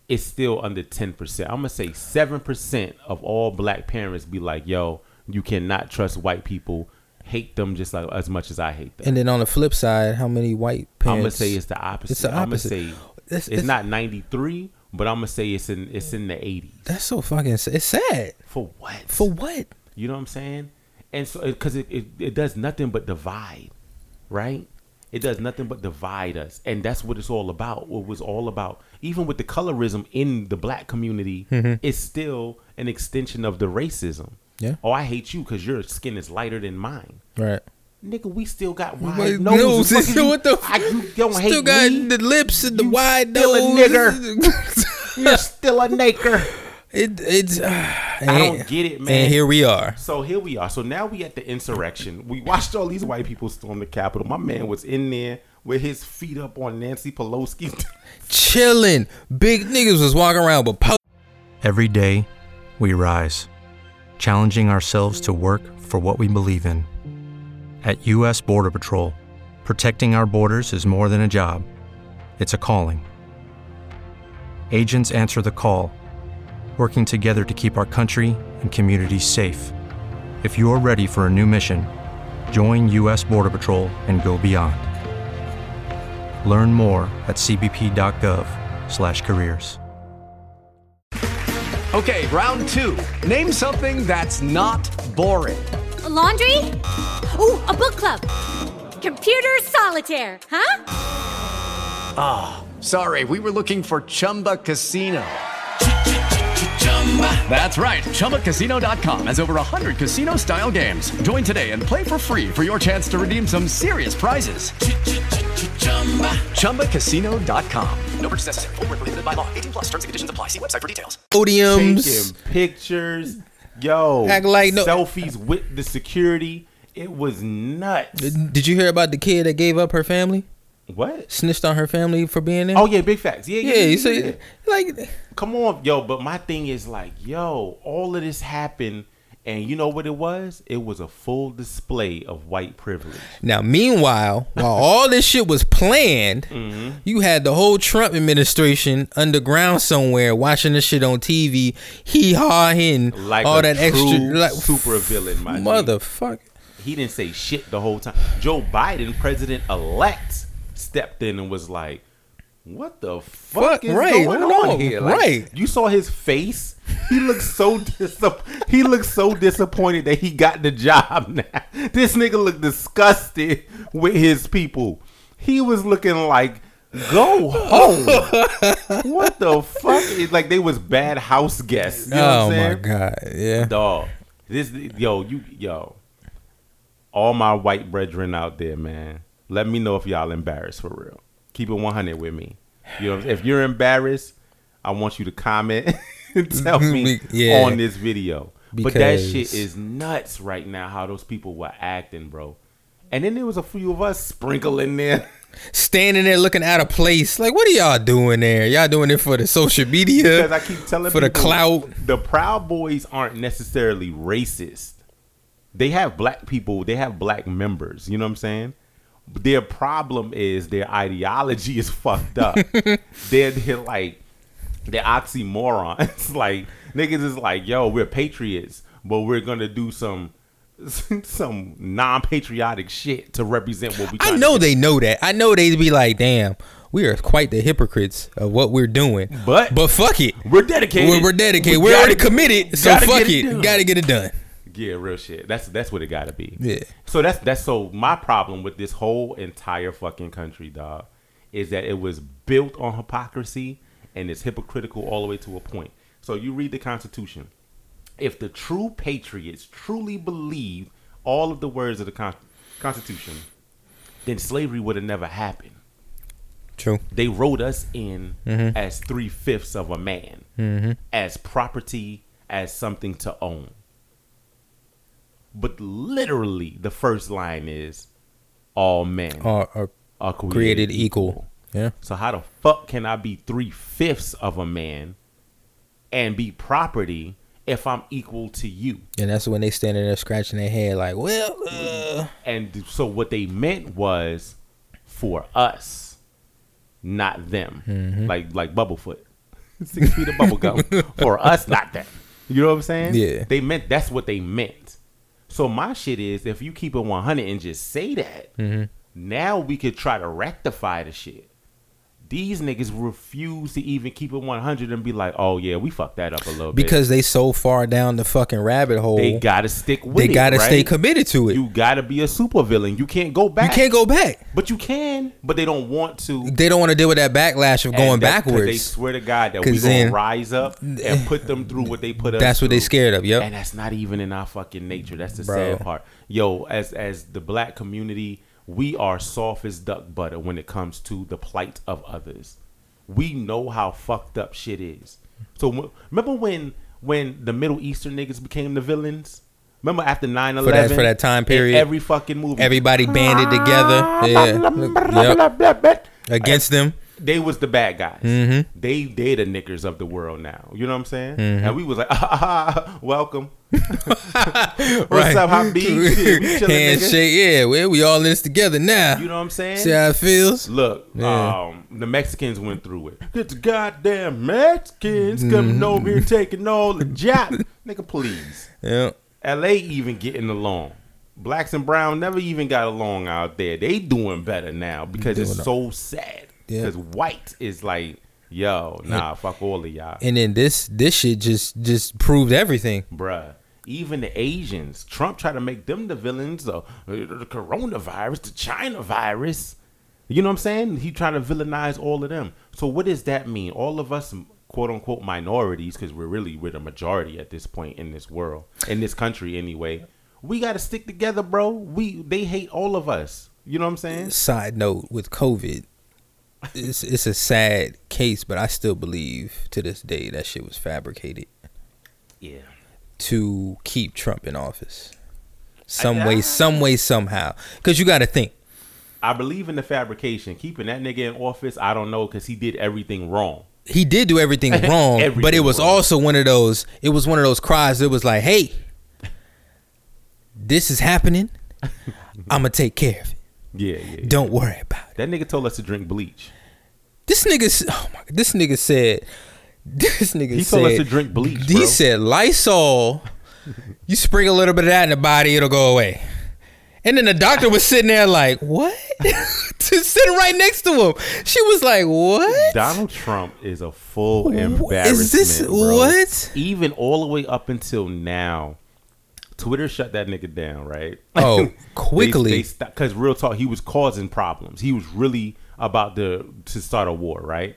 S1: it's still under ten percent. I'm gonna say seven percent of all black parents be like, "Yo, you cannot trust white people. Hate them just like as much as I hate them."
S2: And then on the flip side, how many white
S1: I'm
S2: parents
S1: gonna say it's the opposite.
S2: It's the opposite.
S1: I'm gonna say
S2: It's-
S1: it's,
S2: it's-
S1: not 93, but I'm gonna say it's in it's in the 80s.
S2: That's so fucking sa- it's sad.
S1: For what?
S2: For what?
S1: You know what I'm saying? And so, because it, it, it does nothing but divide, right? It does nothing but divide us. And that's what it's all about. What it was all about, even with the colorism in the black community, it's still an extension of the racism.
S2: Mm-hmm. Yeah.
S1: Oh, I hate you because your skin is lighter than mine.
S2: Right.
S1: Nigga, we still got
S2: Wait,
S1: wide
S2: nose,
S1: noses. Fuck you-
S2: what the
S1: I, you don't
S2: Still
S1: hate
S2: got
S1: me.
S2: the lips and the wide
S1: still a
S2: nose.
S1: You're still a nigger.
S2: it it's I
S1: don't get it, man.
S2: And here we are.
S1: So here we are. So now we at the insurrection. We watched all these white people storm the Capitol. My man was in there with his feet up on Nancy Pelosi.
S2: Chilling. Big niggas was walking around with po-
S3: Every day, we rise, challenging ourselves to work for what we believe in. At U.S. Border Patrol, protecting our borders is more than a job, it's a calling. Agents answer the call, working together to keep our country and communities safe. If you're ready for a new mission, join U.S. Border Patrol and go beyond. Learn more at cbp.gov/careers.
S4: Okay, round two. Name something that's not boring.
S5: A laundry? Ooh, a book club. Computer solitaire, huh?
S4: Sorry, we were looking for Chumba Casino. That's right. ChumbaCasino.com has over 100 casino-style games. Join today and play for free for your chance to redeem some serious prizes. ChumbaCasino.com. No purchase necessary. Void where prohibited by law. 18 plus. Terms and conditions apply. See website for details.
S2: Podiums.
S1: taking pictures. Yo,
S2: Act like no-
S1: selfies with the security. It was nuts.
S2: Did you hear about the kid that gave up her family?
S1: What?
S2: Snitched on her family for being there?
S1: Oh yeah, big facts. Yeah, yeah.
S2: yeah, you
S1: yeah,
S2: see,
S1: yeah.
S2: like,
S1: Come on, yo. But my thing is like, yo, all of this happened, and you know what it was? It was a full display of white privilege.
S2: Now, meanwhile, while all this shit was planned,
S1: Mm-hmm.
S2: you had the whole Trump administration underground somewhere watching this shit on TV, hee haw hawing
S1: Like
S2: all
S1: a
S2: that extra
S1: true
S2: like,
S1: supervillain, my G.
S2: motherfucker.
S1: He didn't say shit the whole time. Joe Biden, president elect, stepped in and was like, "What the fuck,
S2: Fuck,
S1: is
S2: right,
S1: going
S2: hold
S1: on,
S2: on,
S1: here?" Like,
S2: right.
S1: You saw his face. He looked so dis- he looked so disappointed that he got the job. Now this nigga looked disgusted with his people. He was looking like. Go home! what the fuck? It's like they was bad house guests. You know what I'm
S2: oh
S1: saying?
S2: my god, yeah.
S1: dog. This yo, you yo. All my white brethren out there, man. Let me know if y'all embarrassed for real. Keep it 100 with me. You know, if you're embarrassed, I want you to comment and tell me
S2: Mm-hmm. Yeah.
S1: on this video. but that shit
S2: Because-
S1: is nuts right now. How those people were acting, bro. And then there was a few of us sprinkling there.
S2: Standing there looking out of place, like, what are y'all doing there? Y'all doing it for the social media?
S1: Because I keep telling
S2: for the
S1: people,
S2: clout.
S1: the Proud Boys aren't necessarily racist. They have black people. They have black members. You know what I'm saying? Their problem is their ideology is fucked up. they're, they're like they're oxymorons. like niggas is like, yo, we're patriots, but we're gonna do some some non-patriotic shit to represent what we.
S2: I
S1: trying
S2: know
S1: to do.
S2: they know that. I know they be like, damn, we are quite the hypocrites of what we're doing.
S1: But-
S2: but fuck it.
S1: We're dedicated.
S2: We're, we're dedicated.
S1: We
S2: we're
S1: gotta-
S2: already committed. So
S1: gotta
S2: fuck
S1: get
S2: it.
S1: done.
S2: Gotta get it done.
S1: Yeah, real shit. That's that's what it gotta be.
S2: Yeah.
S1: So that's that's so my problem with this whole entire fucking country, dog, is that it was built on hypocrisy and it's hypocritical all the way to a point. So you read the Constitution. If the true patriots truly believe all of the words of the con- Constitution, then slavery would have never happened
S2: True.
S1: they wrote us in as three fifths of a man, as property, as something to own. But literally, the first line is all men
S2: Are, are
S1: are created,
S2: created
S1: equal.
S2: equal. Yeah.
S1: So, how the fuck can I be three fifths of a man and be property if I'm equal to you?
S2: And that's when they standing there scratching their head like, well, uh,
S1: And so what they meant was for us, not them.
S2: Mm-hmm.
S1: Like like Bubblefoot. Six feet of bubblegum. for us, not them. You know what I'm saying?
S2: Yeah.
S1: They meant that's what they meant. So my shit is if you keep it 100 and just say that,
S2: Mm-hmm.
S1: now we could try to rectify the shit. These niggas refuse to even keep it 100 and be like, oh yeah, we fucked that up a little bit.
S2: because they so far down the fucking rabbit hole,
S1: they
S2: they,
S1: gotta stick with it.
S2: gotta
S1: right?
S2: stay committed to it. You,
S1: You gotta be a supervillain. You can't go back.
S2: can't go back.
S1: But you can, but they don't want to.
S2: They don't want to deal with that backlash of going
S1: And that's 'cause They
S2: backwards.
S1: swear to God that we
S2: 'Cause
S1: gonna
S2: then-
S1: rise up and put them through what they put us.
S2: That's what they
S1: through.
S2: scared of. Yep.
S1: And that's not even in our fucking nature. That's the
S2: Bro.
S1: sad part. Yo, as as the black community, we are soft as duck butter when it comes to the plight of others. We know how fucked up shit is. So w- remember when when the Middle Eastern niggas became the villains? Remember after 9-11?
S2: for that time
S1: In
S2: period,
S1: Every fucking movie.
S2: Everybody banded together. Yeah. Yep. Against them.
S1: they was the bad guys.
S2: Mm-hmm.
S1: They they the knickers of the world now. You know what I'm saying? And we was like, ah, ah, ah, welcome. What's up, Hot B? Shit, we chilling, nigga.
S2: Handshake, yeah. We we all in this together now.
S1: You know what I'm saying?
S2: See how it feels?
S1: Look,
S2: Yeah.
S1: um, the Mexicans went through it. It's goddamn Mexicans coming over
S2: Mm-hmm.
S1: here taking all the job. Nigga, please.
S2: Yeah.
S1: LA even getting along. Blacks and brown never even got along out there. They doing better now because it's so sad.
S2: Yeah.
S1: Because white is like, yo, nah, fuck all of y'all,
S2: And then this this shit just just proved everything.
S1: bruh. Even the Asians, Trump tried to make them the villains. Of, uh, the coronavirus, the China virus. You know what I'm saying? He tried to villainize all of them. So what does that mean? All of us, quote unquote, minorities, because we're really we're the majority at this point in this world, in this country anyway. We got to stick together, bro. We they hate all of us. You know what I'm saying?
S2: Side note with COVID, it's it's a sad case, but I still believe to this day that shit was fabricated
S1: Yeah.
S2: to keep Trump in office. Some way, some way, somehow. Cause you gotta think.
S1: I believe in the fabrication. Keeping that nigga in office, I don't know, because he did everything wrong.
S2: He did do everything wrong, but it
S1: Everything
S2: was
S1: wrong.
S2: also one of those it was one of those cries that was like, Hey, this is happening. I'ma take care of it.
S1: Yeah, yeah. yeah.
S2: Don't worry about it.
S1: That nigga told us to drink bleach.
S2: This nigga, s- oh my, this nigga said, this nigga
S1: He
S2: said,
S1: told us to drink bleach,
S2: He
S1: bro.
S2: said Lysol. You spring a little bit of that in the body, it'll go away. And then the doctor was sitting there like, what? sitting right next to him, she was like, what?
S1: Donald Trump is a full embarrassment.
S2: is this-
S1: bro.
S2: what?
S1: Even all the way up until now, Twitter shut that nigga down, right?
S2: Oh,
S1: They-
S2: quickly.
S1: They, because real talk, he was causing problems. He was really about to to start a war, right?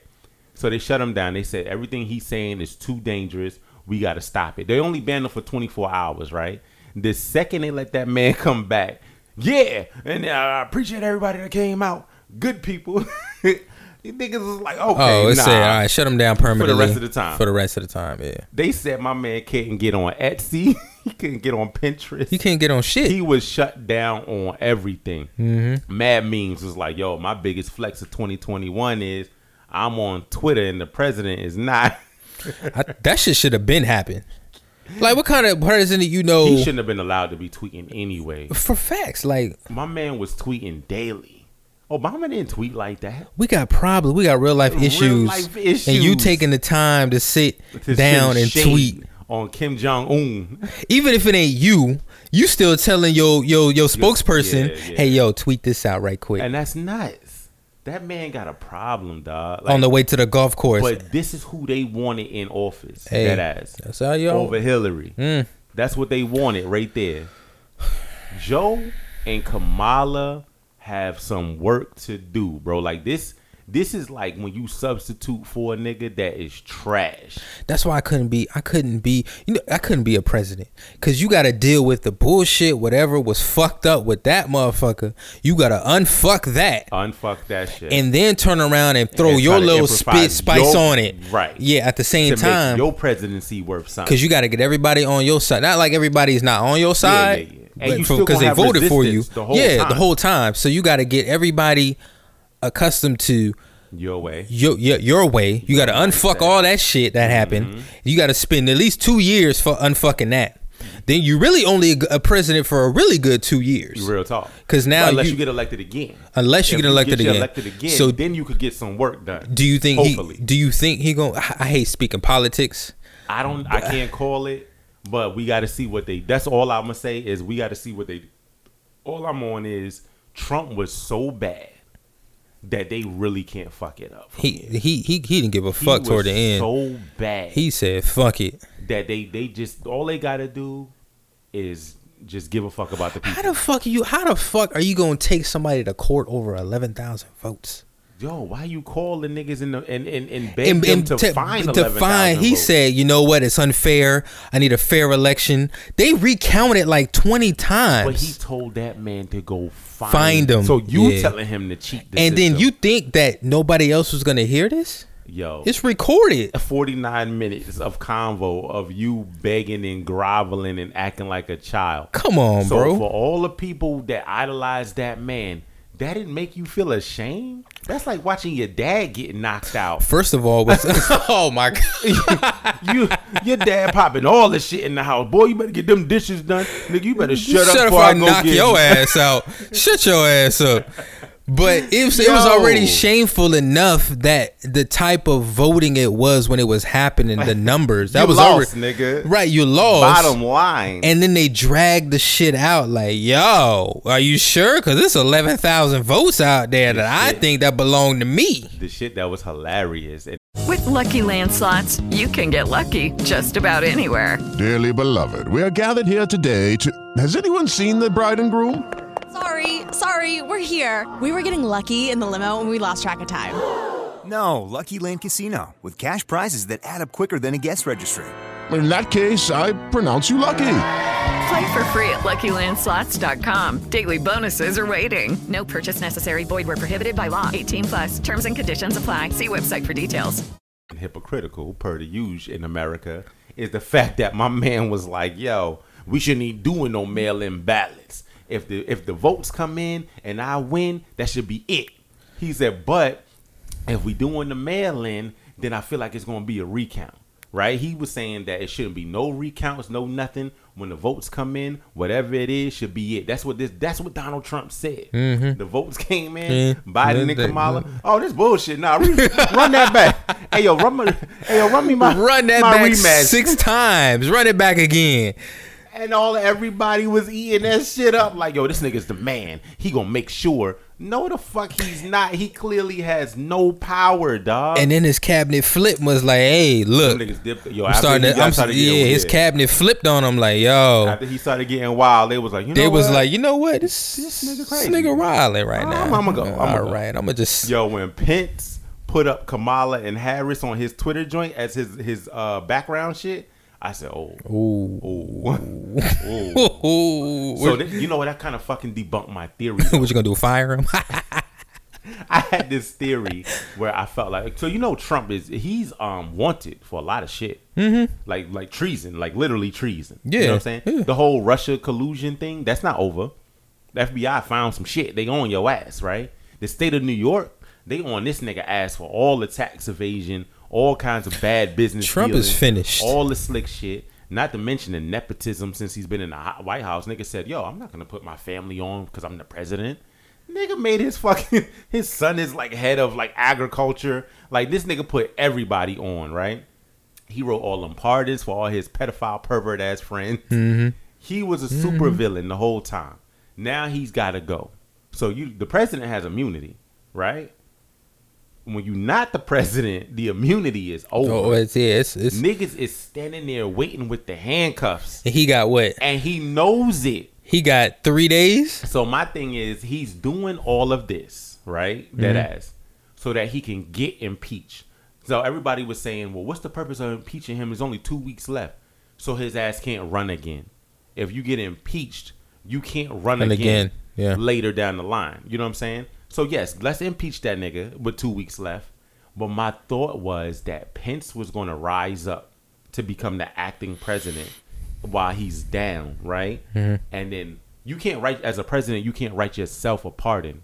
S1: So they shut him down. They said everything he's saying is too dangerous. We got to stop it. They only banned him for 24 hours, right? The second they let that man come back, yeah, and uh, I appreciate everybody that came out. Good people. you niggas is like, okay,
S2: oh, it
S1: nah.
S2: said, all right, shut him down permanently
S1: of the time.
S2: For the rest of the time, yeah.
S1: They said my man couldn't get on Etsy. he couldn't get on Pinterest.
S2: He can't get on shit.
S1: He was shut down on everything.
S2: Mm-hmm.
S1: Mad memes was like, "Yo, my biggest flex of 2021 is I'm on Twitter and the president is not."
S2: I, that shit should have been happened. Like, what kind of president you know?
S1: He shouldn't have been allowed to be tweeting anyway.
S2: for facts, like
S1: My man was tweeting daily. Obama didn't tweet like that.
S2: we got problems, we got real life
S1: Real
S2: issues,
S1: life
S2: and you
S1: issues.
S2: taking the time to sit
S1: To
S2: down
S1: send
S2: and
S1: shade
S2: tweet,
S1: on Kim Jong Un.
S2: even if it ain't you, you still telling your your your spokesperson,
S1: yeah, yeah.
S2: hey yo, tweet this out right quick
S1: And that's nuts. That man got a problem, dog.
S2: on the way to the golf course.
S1: But this is who they wanted in office.
S2: Hey,
S1: that ass.
S2: that's how Mm. y'all-
S1: over Hillary. That's what they wanted right there. Joe and Kamala have some work to do, bro. Like this. This is like when you substitute for a nigga that is trash.
S2: That's why I couldn't be. I couldn't be. You know, I couldn't be a president because you got to deal with the bullshit. Whatever was fucked up with that motherfucker, you got to unfuck that.
S1: Unfuck that shit.
S2: and then turn around and throw
S1: And
S2: your
S1: try to
S2: little spit
S1: improvise
S2: spice
S1: your-
S2: on it.
S1: right.
S2: Yeah, at the
S1: to
S2: same
S1: make
S2: time.
S1: your presidency worth something.
S2: Cause you got to get everybody on your side. Not like everybody's not on your side,
S1: yeah. And
S2: but
S1: you
S2: for-
S1: still
S2: because
S1: gonna
S2: they
S1: have
S2: voted for you.
S1: resistance the whole
S2: yeah, the
S1: time.
S2: whole time. So you got to get everybody accustomed to
S1: your way.
S2: your your, your way. You got to unfuck all that shit that happened. You got to spend at least two years for unfucking that. Then you really only a, a president for a really good two years.
S1: Real talk.
S2: 'Cause now
S1: Well, unless
S2: you-
S1: you, get elected again.
S2: Unless you
S1: If
S2: get elected
S1: you
S2: again.
S1: elected again,
S2: So-
S1: so then you could get some work done.
S2: Do you think? He,
S1: Hopefully.
S2: do you think he going I I hate speaking politics.
S1: I don't. I can't call it, but we got to see what they. That's all I'm gonna say is we got to see what they. All I'm on is Trump was so bad that they really can't fuck it up.
S2: He he he he didn't give a fuck
S1: was
S2: toward the end.
S1: So bad
S2: he said, "Fuck it."
S1: that they they just all they gotta do is just give a fuck about the
S2: How
S1: people.
S2: the fuck you? How the fuck are you gonna take somebody to court over eleven thousand votes?
S1: Yo, why you call the niggas in the and and and beg
S2: And,
S1: them
S2: and
S1: to,
S2: to,
S1: find
S2: to find, he said, "You know what? It's unfair. I need a fair election." They recounted like twenty
S1: But he
S2: times,
S1: told that man to go find,
S2: Find 'em,
S1: So you
S2: yeah.
S1: telling him to cheat? The
S2: and then
S1: system.
S2: you think that nobody else was gonna hear this?
S1: yo,
S2: It's recorded.
S1: 49 minutes of convo of you begging and groveling and acting like a child.
S2: Come on,
S1: so
S2: bro.
S1: for all the people that idolize that man, That didn't make you feel ashamed? That's like watching your dad get knocked out.
S2: First of all, was oh my god,
S1: you your dad popping all the shit in the house. Boy, you better get them dishes done. Nigga, you better shut, up
S2: shut up
S1: before
S2: or
S1: I
S2: I
S1: go
S2: knock
S1: get
S2: your ass out. Shut your ass up. But it was, it was
S1: Yo.
S2: already shameful enough that the type of voting it was when it was happening, the numbers that
S1: You
S2: was
S1: lost,
S2: already
S1: nigga.
S2: right. You lost.
S1: Bottom line.
S2: And then they drag the shit out like, yo, are you sure? Because it's 11,000 votes out there that I think that belong to me.
S1: the shit that was hilarious. And
S6: With Lucky Land slots, you can get lucky just about anywhere.
S7: Dearly beloved, we are gathered here today to. Has anyone seen the bride and groom?
S8: Sorry, sorry, we're here. We were getting lucky in the limo and we lost track of time.
S9: No, Lucky Land Casino, with cash prizes that add up quicker than a guest registry.
S7: In that case, I pronounce you lucky.
S6: Play for free at LuckyLandSlots.com. Daily bonuses are waiting.
S8: No purchase necessary. Void where prohibited by law. 18 plus. Terms and conditions apply. See website for details.
S1: and hypocritical, per the usual in America, is the fact that my man was like, "Yo, we shouldn't be doing no mail-in ballots. If the if the votes come in and I win, that should be it." He said, "But if we doing the mail-in, then I feel like it's going to be a recount." Right? He was saying that it shouldn't be no recounts, no nothing. When the votes come in, whatever it is should be it. That's what this. That's what Donald Trump said. The votes came in.
S2: Mm-hmm. Yeah.
S1: Biden and
S2: They-
S1: Kamala. Oh, this bullshit. Nah, re- run that back. Hey yo, run my, hey yo, run me my
S2: Run that
S1: my
S2: back
S1: rematch.
S2: six times. Run it back again.
S1: And all everybody was eating that shit up. Like yo, this nigga's the man. He gonna make sure. No, the fuck he's not. He clearly has no power, dog.
S2: And then his cabinet flip was like, hey,
S1: Uh, Them
S2: look.
S1: niggas dipped. Yo,
S2: I'm
S1: after
S2: starting
S1: he
S2: to,
S1: got-
S2: I'm,
S1: started
S2: yeah,
S1: getting
S2: his
S1: weird.
S2: cabinet flipped on him like, yo.
S1: After he started getting wild, they was like, you know,
S2: They was
S1: what?
S2: like, you know what? This, this nigga
S1: crazy.
S2: wilding right
S1: I'm-
S2: now.
S1: I'ma go. I'ma go.
S2: I'm going to just.
S1: Yo, when Pence put up Kamala and Harris on his Twitter joint as his his uh, background shit, I said, "Oh, ooh, ooh."
S2: Ooh.
S1: so th- you know what? That kind of fucking debunked my theory.
S2: what you going to do? Fire him?
S1: I had this theory where I felt like so you know Trump is he's um wanted for a lot of shit. Mm-hmm. Like like treason, like literally treason. You know
S2: Yeah,
S1: what I'm saying?
S2: yeah.
S1: The whole Russia collusion thing, that's not over. The FBI found some shit. They on your ass, right? The state of New York, they on this nigga ass for all the tax evasion, all kinds of bad business.
S2: Trump is
S1: dealings,
S2: finished.
S1: All the slick shit. Not to mention the nepotism since he's been in the hot- White House. Nigga said, "Yo, I'm not gonna put my family on because I'm the president." Nigga made his fucking his son is like head of like agriculture. Like this nigga put everybody on, right? He wrote all them pardons for all his pedophile pervert ass friends.
S2: Hmm.
S1: He was a
S2: Mm-hmm.
S1: super villain the whole time. Now he's got to go. So you, the president has immunity, right? When you're not the president, the immunity is over.
S2: oh, it's, yeah, it's, it's,
S1: Niggas is standing there waiting with the handcuffs,
S2: he got what?
S1: and he knows it.
S2: He got three days.
S1: So my thing is, he's doing all of this, right? Dead
S2: Mm-hmm.
S1: ass, so that he can get impeached. So everybody was saying, well, what's the purpose of impeaching him? There's only two weeks left, so his ass can't run again. If you get impeached, you can't run
S2: And
S1: again,
S2: again, yeah.
S1: later down the line. You know what I'm saying? So yes, let's impeach that nigga with two weeks left. But my thought was that Pence was going to rise up to become the acting president while he's down, right?
S2: Mm-hmm.
S1: And then you can't write as a president, you can't write yourself a pardon,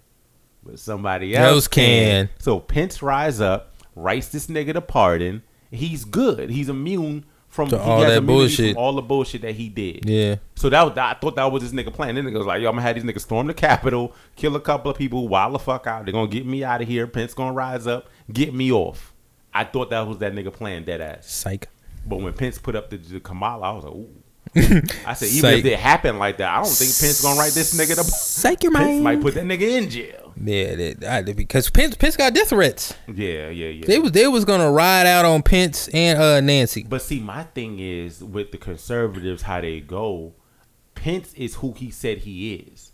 S1: but somebody else,
S2: Else
S1: can.
S2: can.
S1: So Pence rise up, writes this nigga to pardon. He's good. He's immune from
S2: To
S1: he
S2: all
S1: has
S2: that
S1: immunity
S2: bullshit.
S1: From all the bullshit that he did.
S2: Yeah.
S1: So that was, I thought that was this nigga plan. Then nigga was like, yo, I'm gonna have these niggas storm the Capitol, kill a couple of people, wild the fuck out. They're gonna get me out of here. Pence gonna rise up, get me off. I thought that was that nigga plan, dead ass.
S2: Psych.
S1: But when Pence put up the, the Kamala, I was like, ooh. I said, even if
S2: Psych.
S1: it happened like that, I don't think Pence gonna write this nigga to.
S2: Psych your
S1: Pence
S2: mind.
S1: might put that nigga in jail.
S2: yeah, that, I, because Pence, Pence got death threats.
S1: Yeah, yeah, yeah.
S2: They was they was gonna ride out on Pence and uh Nancy.
S1: But see, my thing is with the conservatives, how they go. Pence is who he said he is.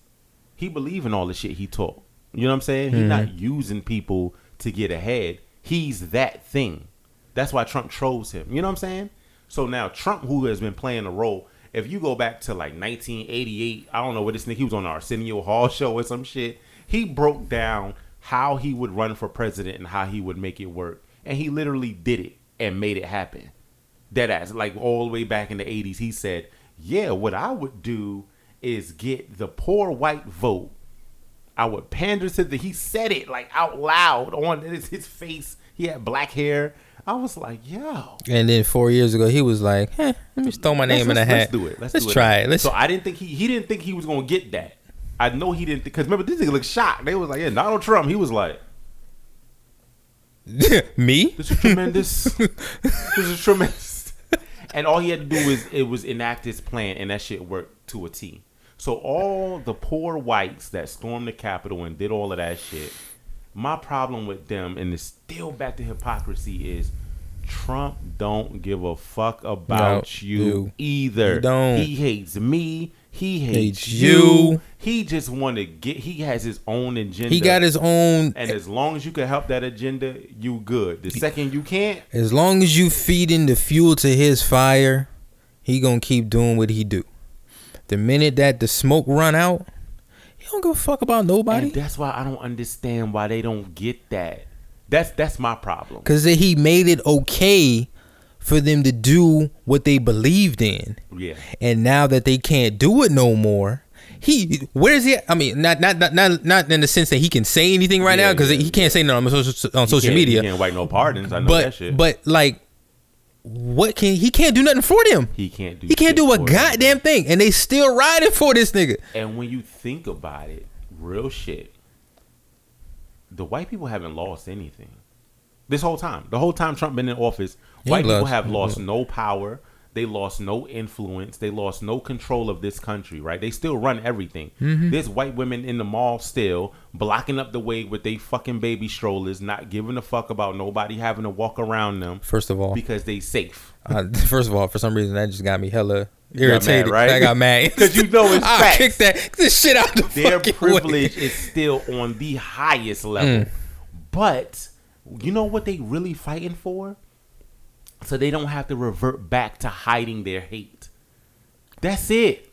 S1: He believe in all the shit he taught. You know what I'm saying? He's not using people to get ahead. He's that thing. That's why Trump trolls him. You know what I'm saying? So now Trump, who has been playing a role, if you go back to like 1988, I don't know what this nigga he was on the Arsenio Hall show or some shit. He broke down how he would run for president and how he would make it work, and he literally did it and made it happen dead ass like all the way back in the 80s he said yeah what i would do is get the poor white vote I would pander to the. He said it like out loud on his, his face. He had black hair. I was like, yo.
S2: And then four years ago, he was like, eh, "Let me just throw my name
S1: let's,
S2: in a
S1: let's-
S2: hat.
S1: Let's do it. Let's,
S2: Let's,
S1: do
S2: try
S1: it.
S2: it. Let's."
S1: so I didn't think he he didn't think he was gonna get that. I know he didn't because remember this nigga looked shocked. They was like, yeah, Donald Trump. He was like,
S2: me?
S1: this is tremendous. this is tremendous. And all he had to do was it was enact his plan, and that shit worked to a T. So all the poor whites that stormed the Capitol and did all of that shit. My problem with them, and it's still back to hypocrisy, is Trump don't give a fuck about
S2: About
S1: you,
S2: you.
S1: either.
S2: He don't.
S1: He hates me. He hates,
S2: Hates
S1: you.
S2: you.
S1: He just want to get. He has his own agenda.
S2: He got his own.
S1: uh, And as long as you can help that agenda, you good. The second you can't,
S2: As long as you feeding the fuel to his fire, he gonna keep doing what he do. The minute that the smoke run out, he don't give a fuck about
S1: and
S2: nobody.
S1: that's why I don't understand why they don't get that. That's that's my problem.
S2: Cause that he made it okay for them to do what they believed in.
S1: Yeah.
S2: And now that they can't do it no more, he where's he? at? I mean, not not not not, not in the sense that he can say anything right
S1: Yeah,
S2: now because
S1: yeah,
S2: he can't say nothing on social on social
S1: Can't-
S2: media.
S1: you can't write no pardons. I know that
S2: but
S1: shit.
S2: but like, what can he can't do nothing for them?
S1: he can't do.
S2: He
S1: shit
S2: can't do a
S1: for it.
S2: goddamn thing, and they still riding for this nigga.
S1: And when you think about it, real shit, the white people haven't lost anything. This whole time, the whole time Trump been in office,
S2: He
S1: white people
S2: lost-
S1: have lost no power. They lost no influence. They lost no control of this country. Right? They still run everything.
S2: Mm-hmm.
S1: There's white women in the mall still blocking up the way with they fucking baby strollers, not giving a fuck about nobody having to walk around them
S2: First of all,
S1: because they safe.
S2: uh, first of all, for some reason that just got me hella
S1: got
S2: irritated.
S1: mad, right?
S2: I got mad
S1: 'Cause you know it's
S2: I
S1: facts.
S2: kicked that this shit out the
S1: their
S2: fucking
S1: privilege
S2: way. Mm.
S1: is still on the highest level. But you know what they really fighting for? So they don't have to revert back to hiding their hate. That's it.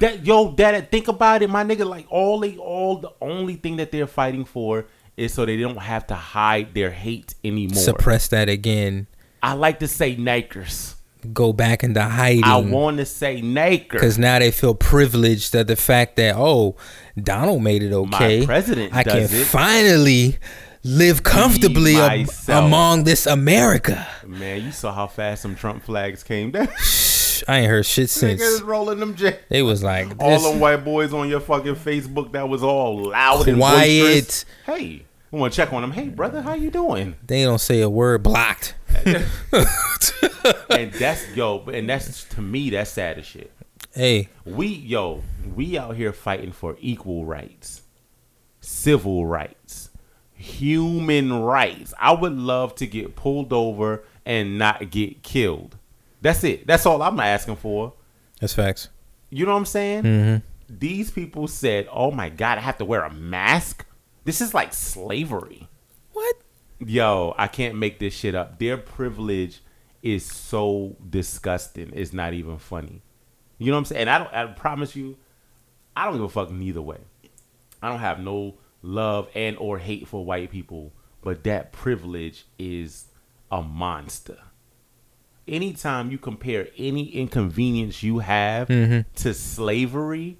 S1: That yo, that think about it, my nigga. Like all they, all the only thing that they're fighting for is so they don't have to hide their hate anymore.
S2: Suppress that again.
S1: I like to say nakers.
S2: Go back into hiding.
S1: I want to say nakers.
S2: Because now they feel privileged that the fact that oh, Donald made it okay.
S1: president
S2: I
S1: does
S2: can
S1: it.
S2: finally live comfortably ab-
S1: myself.
S2: among this America.
S1: Man, you saw how fast some Trump flags came down.
S2: I ain't heard shit since.
S1: Niggas rolling them J.
S2: It was like
S1: all
S2: this-
S1: them white boys on your fucking Facebook that was all loud and
S2: Quiet.
S1: boisterous. Hey, I want to check on them. Hey, brother, how you doing?
S2: They don't say a word blocked.
S1: And that's yo, and that's to me that's sad as shit.
S2: Hey,
S1: We yo, we out here fighting for equal rights, civil rights, human rights. I would love to get pulled over and not get killed. That's it. That's all I'm asking for.
S2: that's facts.
S1: You know what I'm saying? These people said, "Oh my god, I have to wear a mask." This is like slavery.
S2: What?
S1: Yo, I can't make this shit up. Their privilege is so disgusting. It's not even funny. You know what I'm saying? And I don't. I promise you, I don't give a fuck neither way. I don't have no love and or hate for white people, but that privilege is a monster. Anytime you compare any inconvenience you have
S2: Mm-hmm.
S1: to slavery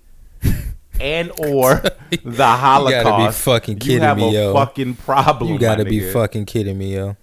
S1: and or the Holocaust,
S2: fucking
S1: you
S2: kidding
S1: have
S2: me,
S1: a
S2: yo.
S1: fucking problem.
S2: You gotta
S1: my
S2: be
S1: nigga.
S2: fucking kidding me, yo.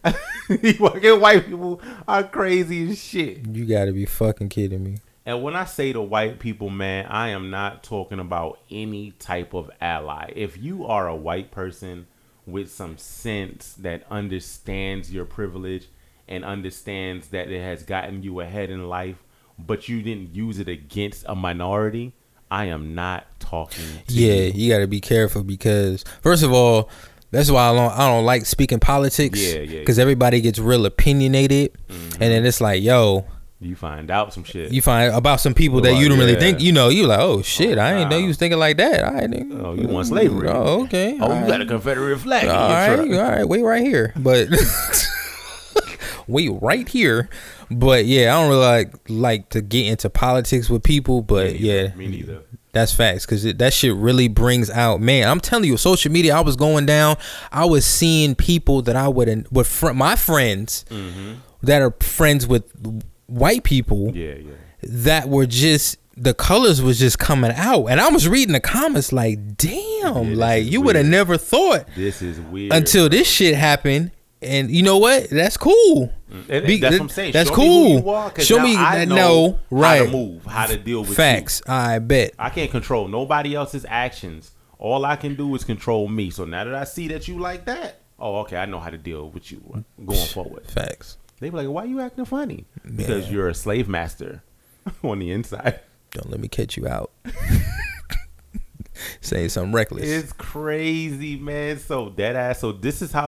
S1: Fucking white people are crazy as shit.
S2: You gotta be fucking kidding me.
S1: And when I say to white people, man, I am not talking about any type of ally. If you are a white person with some sense that understands your privilege and understands that it has gotten you ahead in life, but you didn't use it against a minority, I am not talking to
S2: Yeah,
S1: you.
S2: you gotta be careful because first of all, that's why I don't, I don't like speaking politics.
S1: Yeah, yeah, Mm-hmm.
S2: Because everybody gets real opinionated, and then it's like, yo,
S1: You find out some shit.
S2: you find about some people that
S1: Nobody-
S2: you don't really
S1: yeah.
S2: think. You know, you like, oh shit, I ain't know
S1: wow.
S2: you was thinking like that. I didn't.
S1: oh, you want slavery.
S2: Oh, okay.
S1: Oh, you
S2: alright.
S1: got a Confederate flag. in your
S2: All right,
S1: truck.
S2: all right, wait right here, but wait right here, but yeah, I don't really like like to get into politics with people, but yeah,
S1: Me neither.
S2: that's facts because that shit really brings out man. I'm telling you, social media. I was going down, I was seeing people that I wouldn't with fr- my friends that are friends with white people
S1: Mm-hmm. Yeah, yeah.
S2: that were just the colors was just coming out, and I was reading the comments like, damn,
S1: this
S2: like
S1: is
S2: you would have
S1: weird.
S2: never thought
S1: This is weird.
S2: until this shit happened. And you know what? That's cool.
S1: Mm, And
S2: Be-
S1: that's what I'm saying.
S2: That's
S1: Show me who
S2: cool.
S1: you are, 'cause
S2: Show
S1: now
S2: me
S1: I
S2: that-
S1: know
S2: no
S1: how to
S2: right.
S1: move, how to deal with you.
S2: facts. I bet.
S1: I can't control nobody else's actions. All I can do is control me. So now that I see that you like that, oh, okay, I know how to deal with you uh, going forward.
S2: Facts.
S1: They be like, "Why you acting funny?" Because you're a slave master on the inside.
S2: Don't let me catch you out. Saying something reckless.
S1: It's crazy, man. So dead ass. So this is how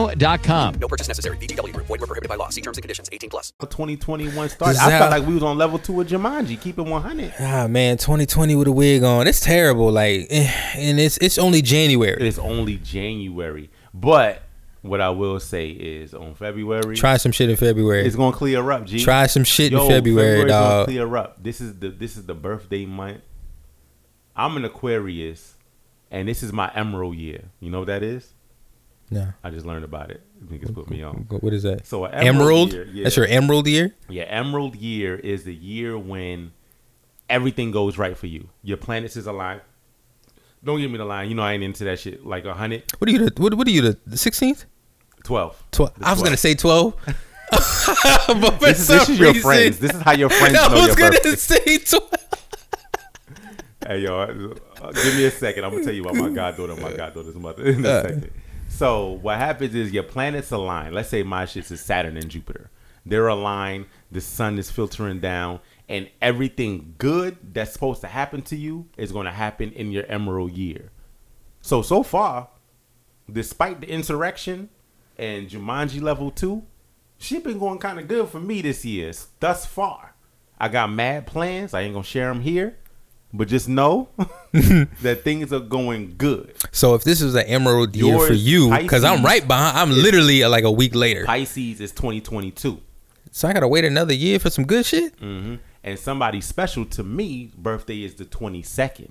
S4: No purchase necessary. VGW Void where prohibited by law. See terms and conditions. 18 plus.
S1: 2021 started.
S2: This
S1: I
S2: is
S1: felt
S2: how-
S1: like we was on level two of Jumanji. Keep it 100.
S2: Ah man, 2020 with a wig on. It's terrible. Like, eh, and it's it's only January.
S1: It's only January, but what I will say is on February,
S2: Try some shit in February.
S1: it's gonna clear up. G.
S2: Try some shit in
S1: Yo,
S2: February,
S1: February's gonna
S2: dawg.
S1: Clear up. This is the this is the birthday month. I'm an Aquarius, and this is my Emerald year. You know what that is?
S2: No.
S1: I just learned about it. Niggas put me on.
S2: What is that?
S1: So, a emerald
S2: emerald.
S1: year, yeah.
S2: That's your emerald year.
S1: Yeah, Emerald year is the year when everything goes right for you. Your planets is aligned. Don't give me the line. You know I ain't into that shit. Like a hundred,
S2: What are you? The, what, what are you? The sixteenth?
S1: twelve.
S2: Twelve.
S1: The
S2: I was gonna say twelve. but for
S1: This is,
S2: some
S1: this is your
S2: reason-
S1: friends. This is how your friends
S2: I
S1: know
S2: was
S1: your
S2: gonna
S1: birthday.
S2: say twelve.
S1: Hey y'all, uh, give me a second. I'm gonna tell you about my goddaughter, and my goddaughter's mother in
S2: Uh.
S1: a second. So what happens is your planets align. Let's say my shit's is Saturn and Jupiter. They're aligned. The sun is filtering down, and everything good that's supposed to happen to you is gonna happen in your Emerald year. So so far, despite the insurrection and Jumanji level two, shit been going kind of good for me this year thus far. I got mad plans. I ain't gonna share them here, but just know that things are going good.
S2: So if this is an emerald year
S1: Yours,
S2: for you, because I'm
S1: Pisces,
S2: right behind. I'm literally uh, like a week later.
S1: Pisces is 2022,
S2: So I gotta wait another year for some good shit.
S1: Mm. and somebody special to me birthday is the 22nd.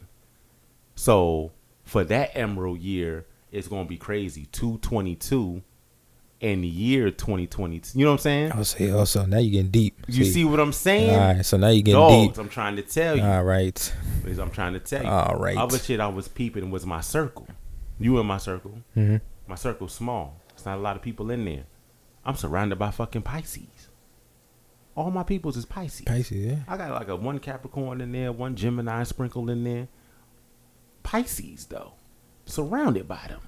S1: So for that Emerald year, it's gonna be crazy. 222 and the year 2022. You know what I'm saying?
S2: I say also now you're getting deep.
S1: You see what I'm saying?
S2: All right. So now you're getting
S1: Dogs,
S2: deep.
S1: I'm trying to tell you.
S2: All right.
S1: is I'm trying to tell you.
S2: All right.
S1: Other shit I was peeping was my circle. You in my circle. Mm-hmm. My circle's small. It's not a lot of people in there. I'm surrounded by fucking Pisces. All my peoples is Pisces.
S2: Pisces. Yeah.
S1: I got like a one Capricorn in there, one Gemini sprinkled in there. Pisces though, surrounded by them.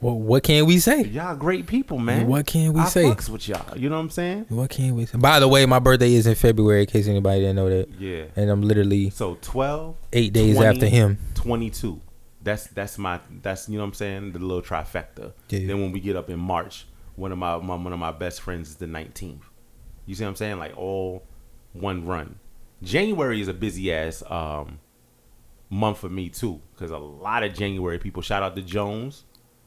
S2: Well, what can we say?
S1: Y'all great people, man.
S2: What can we
S1: I
S2: say?
S1: Fucks with y'all. You know what I'm saying?
S2: What can we say? By the way, my birthday is in February. In case anybody didn't know that.
S1: Yeah.
S2: And I'm literally
S1: So 12
S2: Eight days after him.
S1: 22. That's that's my that's you know what I'm saying, the little trifecta.
S2: Yeah.
S1: Then when we get up in March, one of my, my one of my best friends is the 19th. You see what I'm saying? Like all one run. January is a busy ass um month for me too cuz a lot of January people shout out to Jones.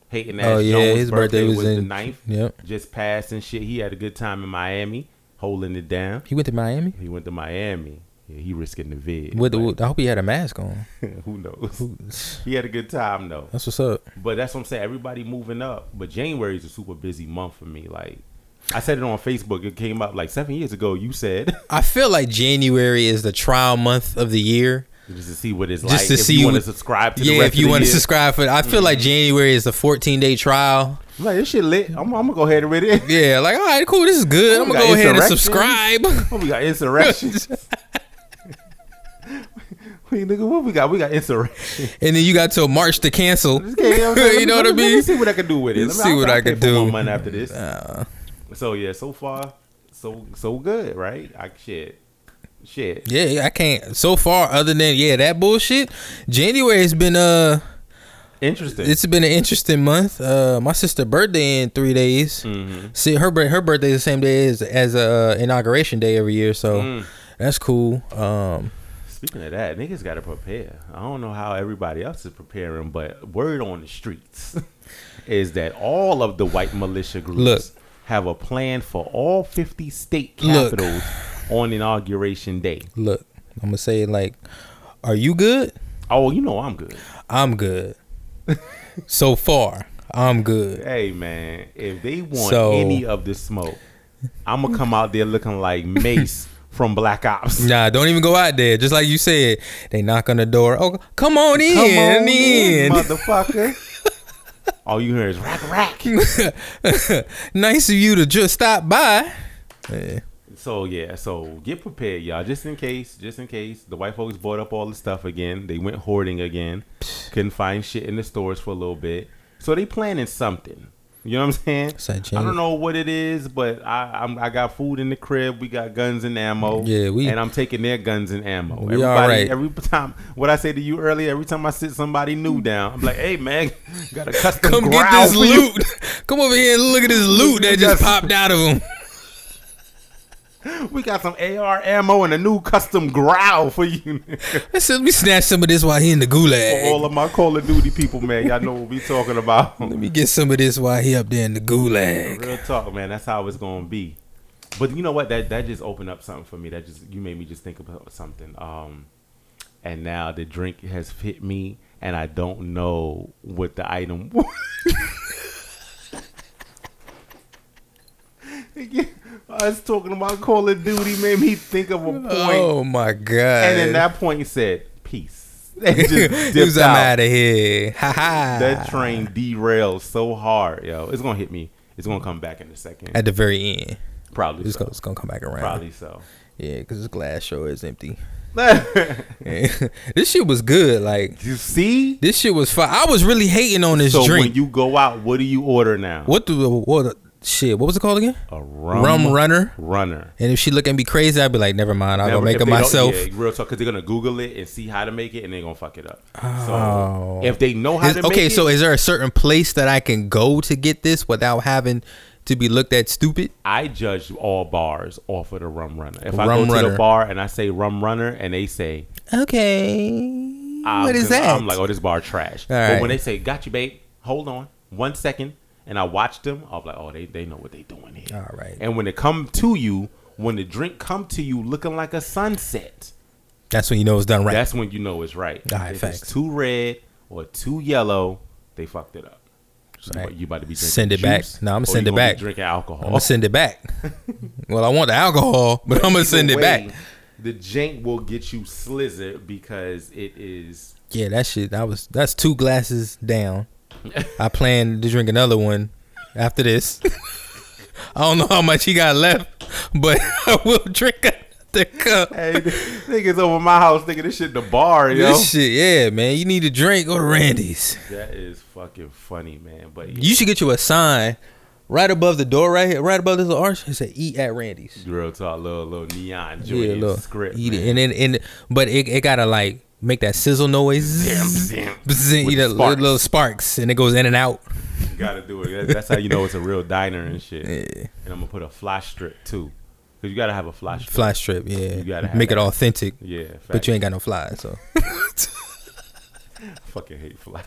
S1: Hating ass
S2: Oh, yeah,
S1: Jones
S2: his birthday was
S1: the
S2: in-
S1: 9th.
S2: yep.
S1: Just passed and shit. He had a good time in Miami holding it down.
S2: he went to Miami.
S1: He went to Miami. Yeah, he risking the vid.
S2: With the,
S1: Like,
S2: with- I hope he had a mask on.
S1: who knows? he had a good time though.
S2: That's what's up.
S1: But that's what I'm saying. Everybody moving up. But January is a super busy month for me. Like I said it on Facebook. It came up like seven years ago. You said
S2: I feel like January is the trial month of the year.
S1: just to see what it's like.
S2: Just to
S1: if
S2: see
S1: you want to
S2: what-
S1: subscribe to the
S2: Yeah,
S1: rest
S2: if you
S1: of the
S2: want to
S1: year. Mm-hmm.
S2: subscribe for, I feel like January is the 14 day trial.
S1: I'm like this shit lit. I'm, I'm gonna go ahead and read it.
S2: Yeah, like all right, cool, this is good. I'm
S1: We
S2: gonna
S1: got
S2: go ahead and
S1: insurrections.
S2: subscribe.
S1: Oh, we got insurrections. mean, nigga, what we got? We got insurrection.
S2: And then you got till March to cancel.
S1: Okay, you know what I mean?
S2: you know
S1: Let
S2: what I
S1: me- Let
S2: mean?
S1: me see what I can do with it. Let me,
S2: See
S1: I'll
S2: what
S1: try
S2: I
S1: to pay
S2: can
S1: for
S2: do.
S1: One month after this. so yeah, so far, so so good, right? I shit, shit.
S2: Yeah, I can't. So far, other than yeah, that bullshit. January has been uh
S1: interesting.
S2: It's been an interesting month. Uh, my sister's birthday in three days. See, her bir- her birthday is the same day as as uh, inauguration day every year, so
S1: Mm.
S2: that's cool. Um,
S1: Speaking of that, niggas got to prepare. I don't know how everybody else is preparing, but word on the streets is that all of the white militia groups
S2: Look.
S1: have a plan for all 50 state
S2: Look.
S1: capitals on inauguration day.
S2: look, I'm gonna say it like, are you good?
S1: Oh, you know I'm good.
S2: I'm good. so far, I'm good.
S1: Hey man, if they want
S2: So-
S1: any of this smoke, I'm gonna come out there looking like Mace from Black Ops.
S2: Nah, don't even go out there. Just like you said, they knock on the door. Oh, come on in,
S1: Come on in,
S2: in.
S1: motherfucker. All you hear is rack rack.
S2: nice of you to just stop by. Yeah.
S1: So yeah, so get prepared, y'all. Just in case, just in case, the white folks bought up all the stuff again. They went hoarding again. Couldn't find shit in the stores for a little bit. So they planning something. You know what I'm saying?
S2: Janet-
S1: I don't know what it is, but I I'm, I got food in the crib. We got guns and ammo.
S2: Yeah, we-
S1: and I'm taking their guns and ammo.
S2: We
S1: everybody,
S2: alright.
S1: every time what I say to you earlier, every time I sit somebody new down, I'm like, hey man, got a custom
S2: Mm. Come get
S1: growl
S2: this
S1: for you."
S2: loot. Come over here and look at this loot that just popped out of him.
S1: We got some AR ammo and a new custom growl for you.
S2: I said, let me snatch some of this while he in the
S1: For
S2: gulag.
S1: all of my Call of Duty people, man, y'all know what we talking about.
S2: Let me get some of this while he up there in the gulag.
S1: Real talk, man. That's how it's gonna be. But you know what? That that just opened up something for me. That just you made me just think about something. Um, and now the drink has hit me, and I don't know what the item. was. Us talking about Call of Duty made me think of a point.
S2: Oh my god!
S1: and at that point, he said peace. And just
S2: He
S1: dipped
S2: was I'm
S1: out.
S2: out of here. Ha ha.
S1: that train derailed so hard, yo. It's gonna hit me. It's gonna come back in a second.
S2: at the very end.
S1: Probably
S2: It's,
S1: so.
S2: gonna, it's gonna come back around.
S1: Probably so.
S2: Yeah, because this glass show is empty. this shit was good. Like
S1: you see,
S2: this shit was fun. I was really hating on this
S1: so
S2: drink.
S1: when you go out, what do you order now?
S2: what the what? The, shit. What was it called again?
S1: A rum,
S2: Rum runner?
S1: Runner.
S2: And if she look at me crazy, I'd be like, never mind. I'll
S1: Never-
S2: go make
S1: if
S2: it
S1: they don't-
S2: myself.
S1: Yeah, real talk, because they're gonna Google it and see how to make it, and they're gonna fuck it up.
S2: Oh.
S1: So if they know how
S2: Is-
S1: to make
S2: okay,
S1: it,
S2: so is there a certain place that I can go to get this without having to be looked at stupid?
S1: I judge all bars off of the rum runner. If I
S2: Rum
S1: go to
S2: runner.
S1: the bar and I say rum runner, and they say
S2: Okay.
S1: I'm
S2: What is
S1: gonna-
S2: that?
S1: I'm like, oh, this bar trash.
S2: All
S1: but
S2: right.
S1: when they say, "Got you, babe," hold on one second, and I watch them. I'm like, oh, they they know what they doing here.
S2: All right.
S1: And when it come to you, when the drink come to you, looking like a sunset,
S2: That's when you know it's done right.
S1: that's when you know it's right.
S2: All right,
S1: if
S2: facts.
S1: it's too red or too yellow, they fucked it up. So
S2: All right.
S1: you about to be drinking
S2: Send it back.
S1: juice,
S2: No, I'ma
S1: or
S2: send
S1: you gonna
S2: it
S1: be
S2: back.
S1: Drinking
S2: I'm
S1: alcohol.
S2: gonna send it back. well, I want the alcohol, but I'm gonna send it
S1: Either
S2: back.
S1: way, The jank will get you slizzard because it is
S2: Yeah, that shit. That was that's two glasses down. I plan to drink another one after this. I don't know how much he got left, but I will drink another cup.
S1: Hey, niggas over my house thinking this shit in the bar, yo.
S2: This shit, yeah, man. You need a drink. Go to Randy's.
S1: That is fucking funny, man. But yeah,
S2: You should get you a sign right above the door, right here, right above this little arch. It say "Eat at Randy's."
S1: real talk, little little neon joint
S2: yeah, look,
S1: script.
S2: eat
S1: man.
S2: it, and then and but it, it gotta like make that sizzle noise.
S1: Damn, damn.
S2: Bzzz,
S1: With
S2: eat
S1: the
S2: a little,
S1: sparks.
S2: little sparks, and it goes in and out.
S1: You gotta do it. That- That's how you know it's a real diner and shit. And I'm gonna put a fly strip too, cause you gotta have a fly strip.
S2: Fly strip, yeah.
S1: You gotta have
S2: make it
S1: that.
S2: authentic.
S1: Yeah,
S2: but
S1: facts.
S2: you ain't got no flies, so
S1: I fucking hate flies.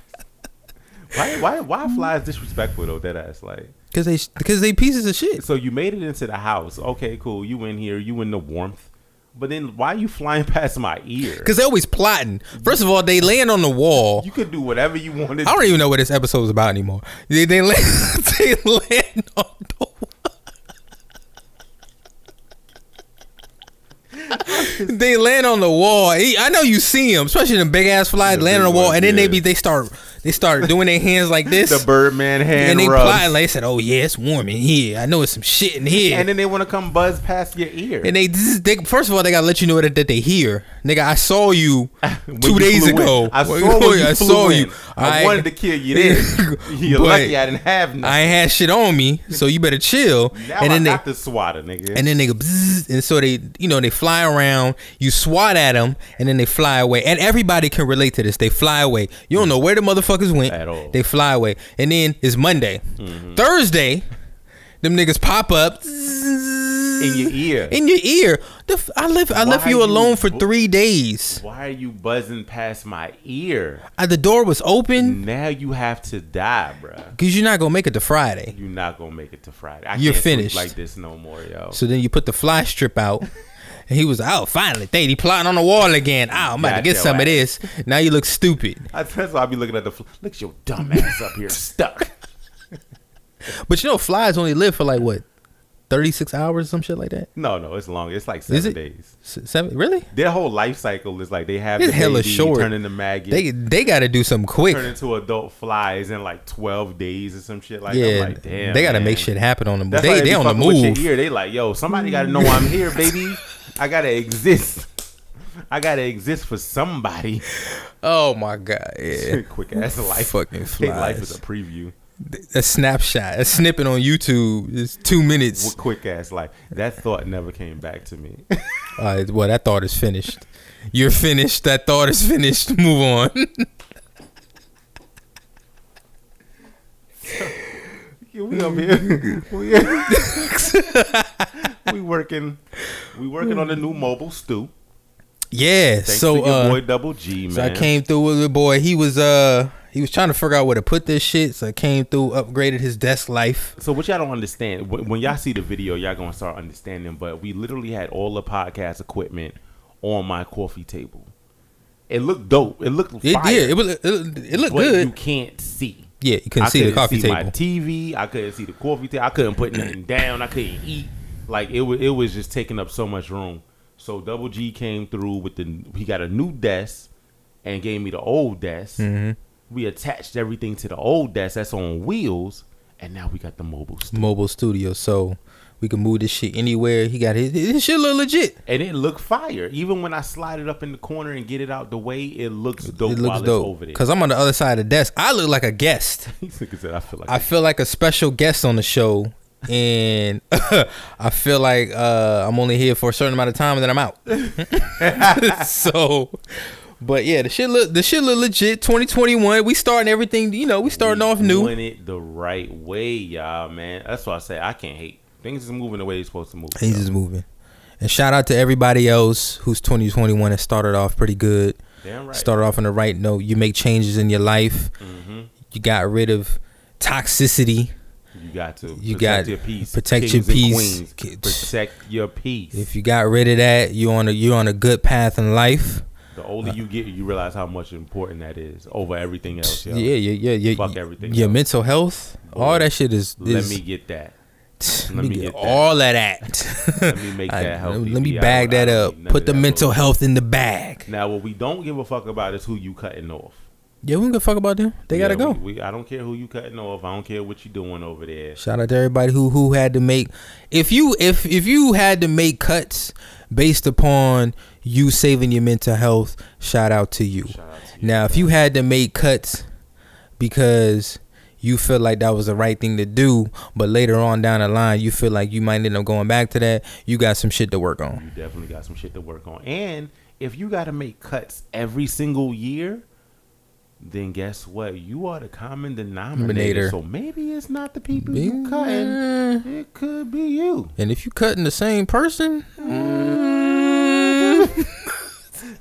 S1: why why why flies disrespectful though? That ass like.
S2: because they because they pieces of shit.
S1: So you made it into the house. Okay, cool. You in here. You in the warmth. But then why you flying past my ear?
S2: Because they always plotting. First of all, they land on the wall.
S1: You could do whatever you wanted.
S2: I don't even know what this episode is about anymore. They, they land they land on the wall. they land on the wall. He- I know you see them, especially the big ass flies
S1: The
S2: land on
S1: big
S2: the wall,
S1: ones,
S2: and then they
S1: yeah.
S2: be they start They started doing their hands like this.
S1: The Birdman hand
S2: And they
S1: rubs.
S2: plotting. Like, they said, oh, yeah, it's warm in here. I know it's some shit in here.
S1: And then they want to come buzz past your ear.
S2: And they, zzz, they first of all, they gotta let you know that, that they here, nigga. I saw you two
S1: you
S2: days
S1: flew in.
S2: ago.
S1: I saw when you
S2: I
S1: flew
S2: saw
S1: in.
S2: you.
S1: I wanted to kill you then. You're
S2: But
S1: lucky I didn't have nothing.
S2: I ain't had shit on me, so you better chill.
S1: Now
S2: and
S1: I
S2: then
S1: got
S2: they,
S1: the swatter, nigga.
S2: and then they go, bzzz, and so they, you know, they fly around. You swat at them, and then they fly away. And everybody can relate to this. They fly away. You don't know where the motherfuckers went.
S1: At all.
S2: They fly away. And then it's Monday,
S1: Mhm.
S2: Thursday. Them niggas pop up
S1: in your ear.
S2: in your ear. The f- I left I
S1: Why
S2: left you
S1: you
S2: alone for
S1: bu-
S2: three days.
S1: Why are you buzzing past my ear?
S2: Uh, the door was open
S1: Now you have to die, bruh.
S2: because you're not gonna make it to Friday.
S1: You're not gonna make it to Friday. I
S2: You're
S1: can't sleep
S2: finished.
S1: like this no more, yo.
S2: So then you put the fly strip out. And he was out. finally, they he plotting on the wall again. Oh, I'm about to
S1: Got
S2: get
S1: your
S2: some
S1: ass.
S2: of this. Now you look stupid.
S1: I, that's why I be looking at the. Fl- Look at your dumb ass up here stuck.
S2: But you know, flies only live for like what, 36 hours, some shit like that.
S1: No, no, it's long. It's like seven
S2: it?
S1: days.
S2: S- Seven, really?
S1: Their whole life cycle is like they have
S2: It's
S1: the
S2: hella
S1: baby,
S2: short.
S1: turn into maggot,
S2: They they got to do something quick.
S1: turn into adult flies in like twelve days or some shit like.
S2: yeah,
S1: I'm like, damn,
S2: they got to
S1: man.
S2: make shit happen on them.
S1: That's
S2: They
S1: why
S2: they,
S1: be
S2: on the
S1: fucking with your
S2: move.
S1: ear. They like, yo, somebody got to know I'm here, baby. I gotta exist. I gotta exist for somebody.
S2: Oh my god, yeah.
S1: Quick ass life.
S2: Fucking
S1: Their life is
S2: flies.
S1: a preview.
S2: a snapshot, a snippet on YouTube is two minutes.
S1: What quick ass life? That thought never came back to me.
S2: All right, well, that thought is finished. You're finished. That thought is finished. Move on.
S1: Yeah, we up here. We, we working. We working on the new mobile stew.
S2: yeah.
S1: Thanks
S2: so
S1: to your
S2: uh,
S1: boy Double G, man.
S2: so I came through with the boy. He was uh he was trying to figure out where to put this shit. So I came through, upgraded his desk life.
S1: So what y'all don't understand when, when y'all see the video, y'all gonna start understanding. But we literally had all the podcast equipment on my coffee table. It looked dope. It looked.
S2: It
S1: fire,
S2: did. It was it, it looked
S1: but
S2: good.
S1: You can't see.
S2: yeah, you couldn't
S1: I
S2: see the coffee
S1: see
S2: table.
S1: My TV. I couldn't see the coffee table. I couldn't put nothing down. I couldn't eat. Like it was. It was just taking up so much room. So Double G came through with the. He got a new desk, and gave me the old desk.
S2: Mm-hmm.
S1: We attached everything to the old desk that's on wheels, and now we got the mobile. Stuff.
S2: Mobile studio. So we can move this shit anywhere. He got his his shit look legit.
S1: And it looked fire. Even when I slide it up in the corner and get it out the way, it looks dope
S2: It
S1: while
S2: looks
S1: it's over
S2: dope.
S1: there.
S2: Cause I'm on the other side of the desk. I look like a guest.
S1: These niggas said, I feel like
S2: I feel like a special guest on the show, and I feel like uh, I'm only here for a certain amount of time, and then I'm out. so, but yeah, the shit look the shit look legit. 2021, we starting everything. You know, we starting off new.
S1: doing it the right way, y'all, man. That's why I say I can't hate. Things is moving the way they're supposed to move.
S2: He's
S1: so.
S2: just moving. And shout out to everybody else who's 2021 and started off pretty good.
S1: Damn right.
S2: Started off on the right note. You make changes in your life. You got rid of toxicity.
S1: You got to.
S2: You
S1: protect
S2: got-
S1: your peace.
S2: protect your
S1: Kings and
S2: peace.
S1: queens,
S2: Ki-
S1: Protect your peace.
S2: If you got rid of that, you on a you on a good path in life.
S1: the older you get, you realize how much important that is over everything else. Yo.
S2: Yeah, yeah, yeah, yeah.
S1: Fuck everything
S2: Your
S1: else.
S2: mental health, all that shit is.
S1: Let
S2: is-
S1: me get that.
S2: let
S1: let
S2: me
S1: me
S2: get
S1: get that.
S2: all of that.
S1: Let me make
S2: I-
S1: that healthy.
S2: Let me
S1: Yeah, I
S2: bag
S1: don't- I
S2: that
S1: don't
S2: up.
S1: need none
S2: Put
S1: of
S2: the
S1: that
S2: mental
S1: bullshit.
S2: health in the bag.
S1: Now, what we don't give a fuck about is who you cutting off.
S2: Yeah, we don't give a fuck about them. They
S1: Yeah,
S2: gotta go.
S1: We, we- I don't care who you cutting off. I don't care what you doing over there.
S2: Shout out to everybody who who had to make. If you if if you had to make cuts based upon you saving your mental health, shout out to you. now, if you had to make cuts because you feel like that was the right thing to do, but later on down the line you feel like you might end up going back to that, you got some shit to work on.
S1: You definitely got some shit to work on. And if you got to make cuts every single year, then guess what? You are the common
S2: Denominator.
S1: denominator. So maybe it's not the people you cutting. It could be you.
S2: And if you cutting the same person,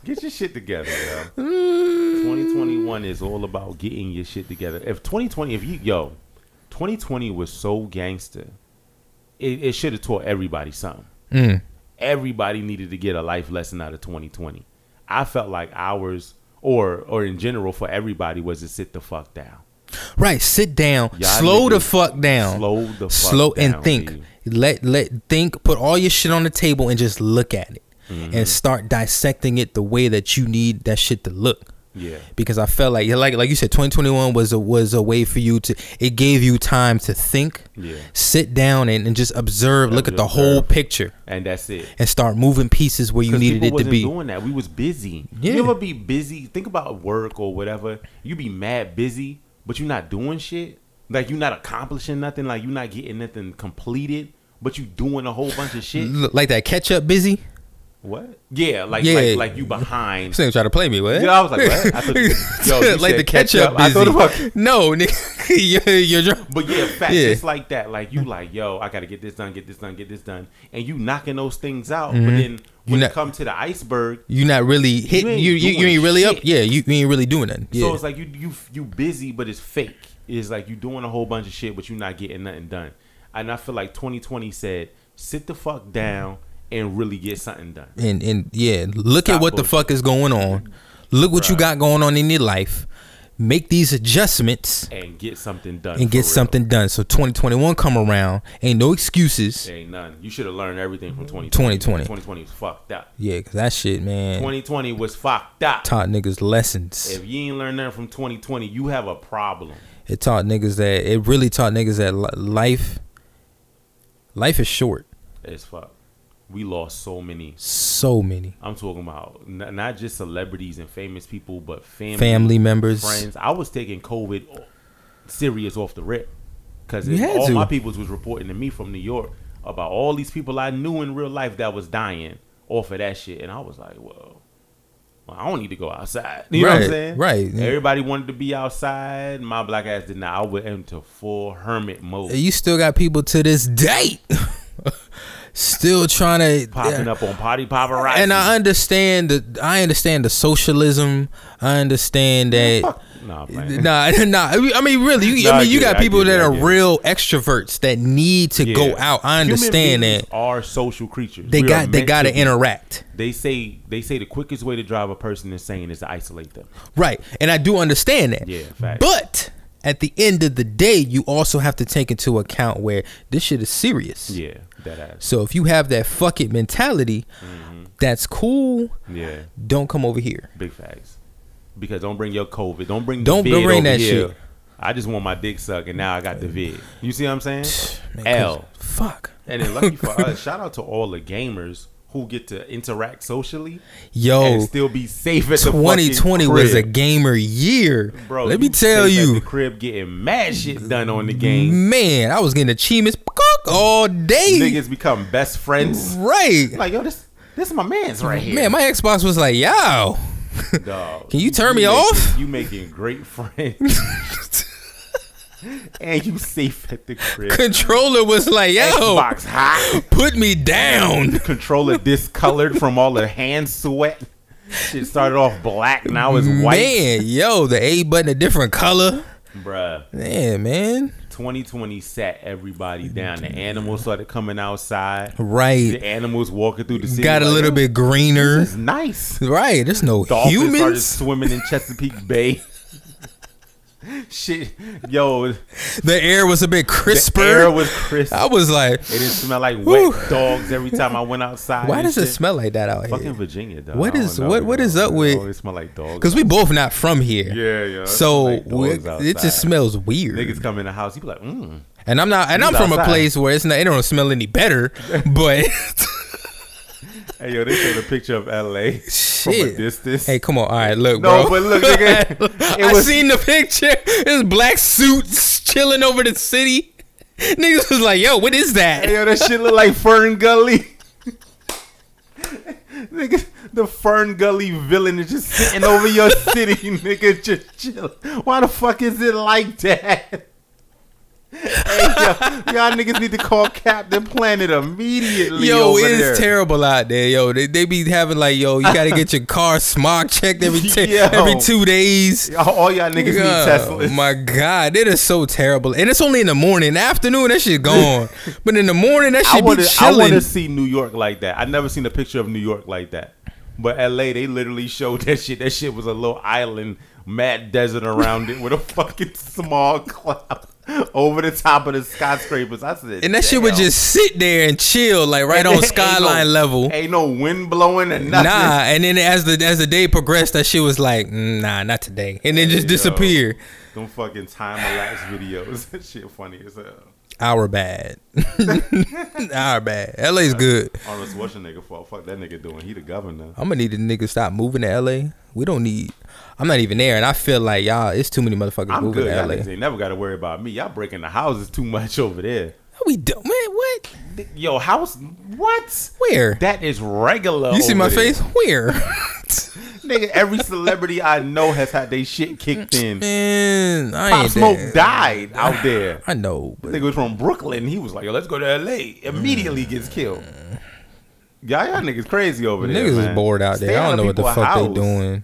S1: Get your shit together, yo. 2021 is all about getting your shit together. If 2020, if you yo, 2020 was so gangster, it, it should have taught everybody something.
S2: mm,
S1: everybody needed to get a life lesson out of 2020. I felt like ours, or or in general for everybody, was to sit the fuck down.
S2: right, sit down,
S1: Y'all
S2: slow the
S1: niggas
S2: fuck down,
S1: slow the fuck
S2: slow and
S1: down,
S2: think.
S1: B.
S2: Let let think. Put all your shit on the
S1: Mm-hmm.
S2: table and just look at it, and start dissecting it the way that you need that shit to look.
S1: Yeah.
S2: Because I felt like like like you said, 2021 was a was a way for you to it gave you time to think,
S1: Yeah.
S2: sit down and, and just observe, look at the
S1: Observe.
S2: whole picture,
S1: And that's it.
S2: and start moving pieces where you
S1: 'Cause
S2: needed
S1: people
S2: it to
S1: wasn't
S2: be.
S1: doing that. We was busy.
S2: Yeah.
S1: You ever be busy? Think about work or whatever. You be mad busy, but you're not doing shit. Like you're not accomplishing nothing. Like you're not getting nothing completed. But you doing a whole bunch of shit.
S2: Look, like that catch up busy.
S1: What? Yeah, like
S2: Mm. Yeah.
S1: like like you behind.
S2: This nigga try to play me. What?
S1: Yeah, I was like, what? I thought you- yo, you
S2: like
S1: said
S2: the catch
S1: ketchup.
S2: up.
S1: I thought about-
S2: no, nigga, you're, you're drunk.
S1: But yeah, facts.
S2: Yeah.
S1: It's like that. Like you like, yo, I gotta get this done, get this done, get this done, and you knocking those things out. But
S2: Mhm.
S1: then
S2: You
S1: when
S2: not-
S1: it come to the iceberg,
S2: you not really hitting.
S1: ain't
S2: You you, you,
S1: doing
S2: ain't really up.
S1: shit.
S2: Yeah, you, you ain't really doing nothing. Yeah.
S1: so it's like you you you busy, but it's fake. It's like you doing a whole bunch of shit, but you're not getting nothing done. And I feel like 2020 said, sit the fuck down and really get something done.
S2: and and yeah, look at
S1: Stop
S2: what the
S1: bullshit.
S2: fuck is going on. Look what you got going on in your life. Make these adjustments
S1: And get something done.
S2: and
S1: for
S2: get
S1: real.
S2: something done. So 2021 come around, ain't no excuses.
S1: Ain't none. You should have learned everything from 2020.
S2: 2020.
S1: 2020 was fucked up.
S2: Yeah, cause that shit, man,
S1: 2020 was fucked up.
S2: taught niggas lessons.
S1: If you ain't learned nothing from 2020, you have a problem.
S2: It taught niggas that it really taught niggas that li- life, life is short.
S1: As fuck. We lost so many.
S2: So many.
S1: I'm talking about n- not just celebrities and famous people, but family,
S2: Family members.
S1: friends. I was taking COVID o- serious off the rip because
S2: You had
S1: all
S2: to.
S1: my peoples was reporting to me from New York about all these people I knew in real life that was dying off of that shit, and I was like, whoa. Well, I don't need to go outside. You know what
S2: Right,
S1: I'm saying?
S2: right.
S1: Everybody wanted to be outside. My black ass did not. I went into full hermit mode.
S2: You still got people to this day still trying to
S1: popping up on potty paparazzi.
S2: And I understand the I understand the socialism. I understand that.
S1: Nah, man.
S2: Nah, nah. I mean- I mean, really. You,
S1: Nah,
S2: I
S1: I
S2: mean, you
S1: get it,
S2: got
S1: I
S2: people
S1: get it,
S2: that
S1: I
S2: are
S1: get it.
S2: real extroverts that need to go
S1: Yeah.
S2: out. I
S1: Human
S2: understand
S1: beings
S2: that.
S1: Are social creatures.
S2: They
S1: We
S2: got-
S1: are
S2: they
S1: meant
S2: gotta
S1: be.
S2: interact.
S1: They say they say the quickest way to drive a person insane is to isolate them.
S2: Right. And I do understand that.
S1: Yeah, facts.
S2: But at the end of the day, you also have to take into account where this shit is serious.
S1: Yeah, that ass.
S2: So if you have that fuck it mentality,
S1: Mm-hmm.
S2: that's cool.
S1: Yeah,
S2: Don't come over here.
S1: big facts. Because don't bring your COVID. Don't bring the
S2: Don't
S1: vid
S2: bring
S1: over
S2: that
S1: here.
S2: shit.
S1: I just want my dick sucked, and now I got the vid. You see what I'm saying?
S2: Man, 'cause-
S1: L.
S2: Fuck.
S1: And then lucky for us, shout out to all the gamers who get to interact socially
S2: Yo,
S1: and still be safe at the fucking
S2: 2020 Oh, was a
S1: crib.
S2: gamer year.
S1: Bro,
S2: Let
S1: you
S2: me tell
S1: safe at the
S2: you,
S1: crib getting mad shit done on the game.
S2: man, I was getting achievements all day.
S1: niggas become best friends.
S2: Right.
S1: Like yo, this this is my man's right here.
S2: Man, my Xbox was like, yo.
S1: Dog,
S2: Can you turn me
S1: making-
S2: off?
S1: You making great friends, and you safe at the crib.
S2: Controller was like, yo,
S1: Xbox hot,
S2: put me down.
S1: controller discolored from all the hand sweat. Shit started off black, now it's white,
S2: Man, yo, the A button a different color.
S1: bruh.
S2: Man, man.
S1: 2020 sat everybody down. The animals started coming outside. The
S2: Right.
S1: animals walking through the city.
S2: Got a
S1: like,
S2: little
S1: "Yo,
S2: bit greener.
S1: This is nice.
S2: Right. There's no
S1: Dolphins started
S2: humans.
S1: swimming in Chesapeake Bay. Shit, yo,
S2: The air was a bit crisper.
S1: the air was crisp.
S2: I was like,
S1: It didn't smell like wet
S2: Whew.
S1: dogs every time I went outside.
S2: why
S1: and
S2: does it
S1: shit.
S2: smell like that out
S1: Fucking
S2: here?
S1: Virginia, dog.
S2: What
S1: I don't
S2: is-
S1: know,
S2: what- what
S1: yo.
S2: is up
S1: It
S2: with-
S1: always smell like dogs.
S2: Because we both not from here.
S1: Yeah, yeah, it
S2: So
S1: smell like
S2: we-
S1: dogs
S2: it
S1: outside.
S2: just smells weird.
S1: niggas come in the house, you be like, mm.
S2: and I'm not. And
S1: You
S2: I'm from a
S1: outside.
S2: place where it's not. It don't smell any better. But
S1: Hey, yo, they showed a picture of L.A. from a
S2: shit.
S1: distance.
S2: Hey, come on. All right, look,
S1: no,
S2: bro.
S1: but look, nigga, it
S2: I
S1: was-
S2: seen the picture. It's black suits chilling over the city. Niggas was like, yo, what is
S1: Hey,
S2: that?
S1: yo, that shit look like Fern Gully. nigga, the Fern Gully villain is just sitting over your city, nigga, just chill. Why the fuck is it like that? hey, yo, y'all niggas need to call Captain Planet immediately.
S2: Yo,
S1: over
S2: it is
S1: there.
S2: terrible out there, yo. They, they be having like, yo, you gotta get your car smog checked every t-
S1: Yo.
S2: every two days.
S1: All, all y'all niggas
S2: Oh
S1: need Teslas.
S2: my god, it is so terrible, and it's only in the morning. Afternoon, that shit gone, but in the morning, that
S1: I
S2: shit
S1: want
S2: be
S1: to. I want
S2: chilling.
S1: to see New York like that. I never seen a picture of New York like that. But L.A. they literally showed that shit. That shit was a little island, mad desert around it with a fucking small cloud. over the top of the skyscrapers. I said,
S2: And that shit would
S1: "Damn."
S2: just sit there and chill, like right on
S1: Ain't no-
S2: skyline level.
S1: Ain't no wind blowing or nothing.
S2: Nah, and then as the as the day progressed, that shit was like, "Mm, nah, not today, and then just
S1: Yo,
S2: disappear.
S1: Them fucking time lapse videos. that shit funny as hell.
S2: Our bad, our bad. LA's good.
S1: Arnold Schwarzenegger fault. Fuck that nigga doing. He the governor.
S2: I'm gonna need a nigga to stop moving to LA. We don't need. I'm not even there, and I feel like y'all. It's too many motherfuckers
S1: I'm
S2: moving
S1: good.
S2: to
S1: Y'all
S2: LA.
S1: niggas ain't never got to worry about me. Y'all breaking the houses too much over there.
S2: We do, man. What?
S1: Yo, house? What?
S2: Where?
S1: That is regular.
S2: You see
S1: over
S2: my
S1: there.
S2: face? Where?
S1: nigga? Every celebrity I know has had they shit kicked in.
S2: Man, I
S1: Pop
S2: ain't
S1: Smoke
S2: there.
S1: died out there.
S2: I know, but
S1: Nigga was from Brooklyn. He was like, yo, let's go to L.A. Immediately gets killed. Y'all, y'all niggas crazy over there.
S2: niggas is
S1: man.
S2: bored out there.
S1: Stay
S2: I
S1: out
S2: don't
S1: of
S2: know what the
S1: people's
S2: fuck they
S1: house.
S2: doing.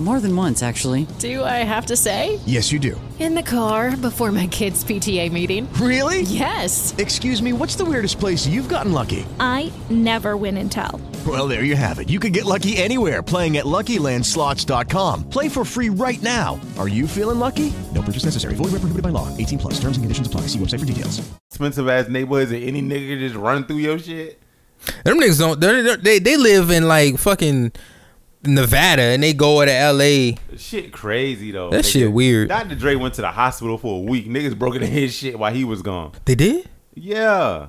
S10: More than once, actually.
S11: Do I have to say?
S12: Yes, you do.
S11: In the car before my kids' PTA meeting.
S12: Really?
S11: Yes.
S12: Excuse me, what's the weirdest place you've gotten lucky?
S13: I never win and tell.
S12: Well, there you have it. You can get lucky anywhere playing at LuckyLandSlots.com. Play for free right now. Are you feeling lucky? No purchase necessary. Void where prohibited by law. 18 plus. Terms and conditions apply. See website for details.
S1: expensive ass neighborhoods and any nigga can just run through your shit.
S2: Them niggas don't. they're- they're- They they live in like fucking Nevada, and they go to L.A.
S1: Shit crazy though.
S2: That
S1: nigga.
S2: shit weird.
S1: Dr. Dre went to the hospital for a week. Niggas broke into his shit while he was gone.
S2: They did.
S1: Yeah.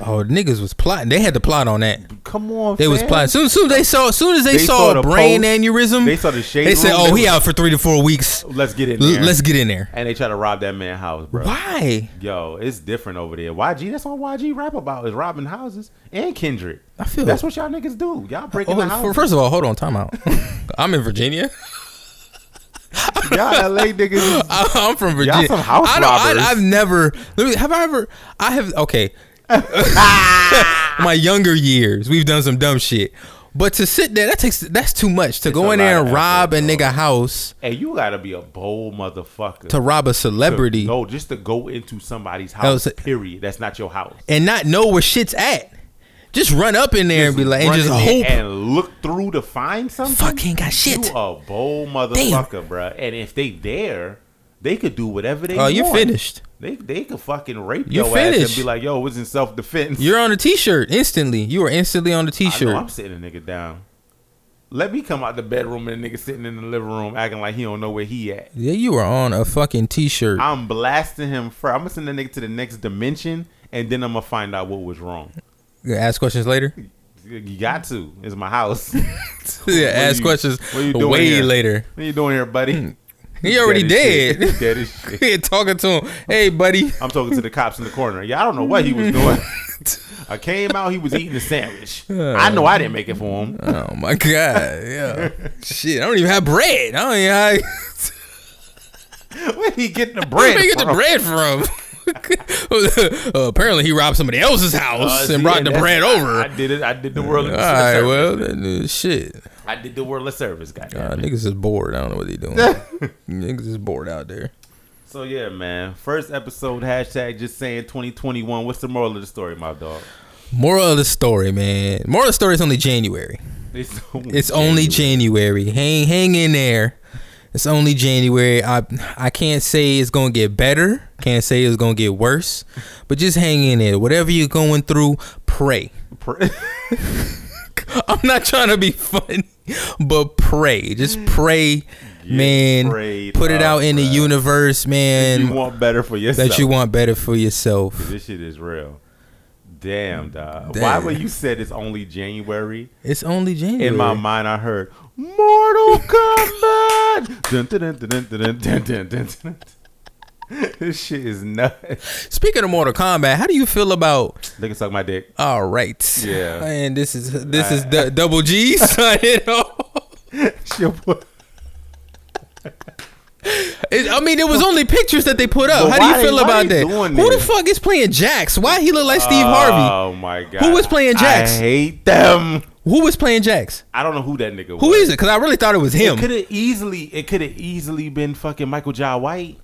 S2: Oh, niggas was plotting. They had to plot on that.
S1: Come on.
S2: They was
S1: fam.
S2: plotting. Soon, soon they saw. Soon as they, saw, a
S1: the
S2: brain
S1: post.
S2: aneurysm,
S1: They saw the shade.
S2: They said,
S1: room.
S2: "Oh,
S1: They
S2: he
S1: was-
S2: out for three to four weeks."
S1: Let's get in
S2: L-
S1: there.
S2: let's get in there.
S1: And they try to rob that man house, bro.
S2: Why?
S1: Yo, it's different over there. YG, that's all YG rap about is robbing houses and Kendrick. I
S2: feel-
S1: that's what y'all niggas do. Y'all breaking the
S2: Oh,
S1: house.
S2: f- first of all, hold on, time out. I'm in Virginia.
S1: y'all LA niggas. is-
S2: I- I'm from
S1: Y'all
S2: Virginia.
S1: some house
S2: I don't-
S1: robbers.
S2: I, have never. Let me, have I ever? I have. Okay. My younger years, we've done some dumb shit, but to sit there, that takes that's too much. To
S1: a
S2: go in
S1: lot
S2: there
S1: of
S2: and rob a nigga house
S1: Hey, you gotta be a bold motherfucker
S2: To rob a celebrity.
S1: To- no, just to go into somebody's
S2: That was
S1: house. period. That's not your house.
S2: and not know where shit's at, just run up in there and be like, and
S1: Run
S2: just
S1: in there
S2: hope.
S1: and look through to find something.
S2: Fucking got shit.
S1: You a bold motherfucker, bruh. And if they dare, they could do whatever they.
S2: Oh,
S1: want.
S2: you finished.
S1: They they could fucking rape
S2: You
S1: your ass
S2: finished.
S1: and be like, yo, it was in self defense.
S2: You're on a t-shirt instantly. You are instantly on the
S1: I know I'm
S2: t-shirt.
S1: sitting a nigga down. Let me come out the bedroom and a nigga sitting in the living room acting like he don't know where he at.
S2: Yeah, you are on a fucking t-shirt.
S1: I'm blasting him first. I'm gonna send the nigga to the next dimension, and then I'm gonna find out what was wrong.
S2: You ask questions later.
S1: You got to. It's my house.
S2: Yeah, ask questions way later. Hmm.
S1: What you doing here, buddy?
S2: He already
S1: Dead as
S2: dead.
S1: shit. Dead as shit.
S2: He talking to him. Hey, buddy.
S1: I'm talking to the cops in the corner. Yeah, I don't know what he was doing. I came out. He was eating a sandwich.
S2: Uh.
S1: I know I didn't make it for him.
S2: Oh my god. Yeah. Shit. I don't even have bread. I don't even have.
S1: Where he getting the
S2: Where
S1: bread?
S2: he get the
S1: from?
S2: bread from? Uh, apparently, he robbed somebody else's house
S1: Uh,
S2: and
S1: see,
S2: brought the
S1: that's-
S2: bread over.
S1: I did it. I did the
S2: All
S1: world. a
S2: right.
S1: service.
S2: Well, then, uh, shit.
S1: I did the world of service, goddamn.
S2: Uh, niggas is bored. I don't know what they doing. niggas is bored out there.
S1: So yeah, man. First episode hashtag just saying 2021. What's the moral of the story, my dog?
S2: Moral of the story, man. Moral of the story is only January.
S1: It's only
S2: It's only January. Hang hang in there. It's only January. I I can't say it's gonna get better. Can't say it's gonna get worse. But just hang in there. Whatever you're going through, pray.
S1: Pray.
S2: I'm not trying to be funny, but pray.
S1: Mm.
S2: Just pray, man.
S1: prayed
S2: Put it
S1: up,
S2: out in the universe, man.
S1: you want better for yourself.
S2: That you want better for yourself.
S1: This shit is real. Damn, dog.
S2: Damn.
S1: Why would you said it's only January?
S2: It's only January.
S1: In my mind, I heard Mortal Kombat. Dun, dun, dun, dun, dun, dun, dun, dun, dun, dun, dun. this shit is nuts.
S2: Speaking of Mortal Kombat, how do you feel about?
S1: They can suck my dick.
S2: All right.
S1: Yeah.
S2: And this is this is du- double G. Son, it all. It- I mean, it was only pictures that they put up.
S1: But
S2: How do you
S1: why
S2: feel
S1: they- why
S2: about
S1: they
S2: that?
S1: doing
S2: Who the
S1: this?
S2: fuck is playing Jax? Why he look like Steve Harvey?
S1: Oh my god.
S2: Who was playing Jax?
S1: I hate them.
S2: Who was playing Jax?
S1: I don't know who that nigga was.
S2: Who is it? Because I really thought it was him.
S1: It could have easily. It could have easily been fucking Michael Jai White.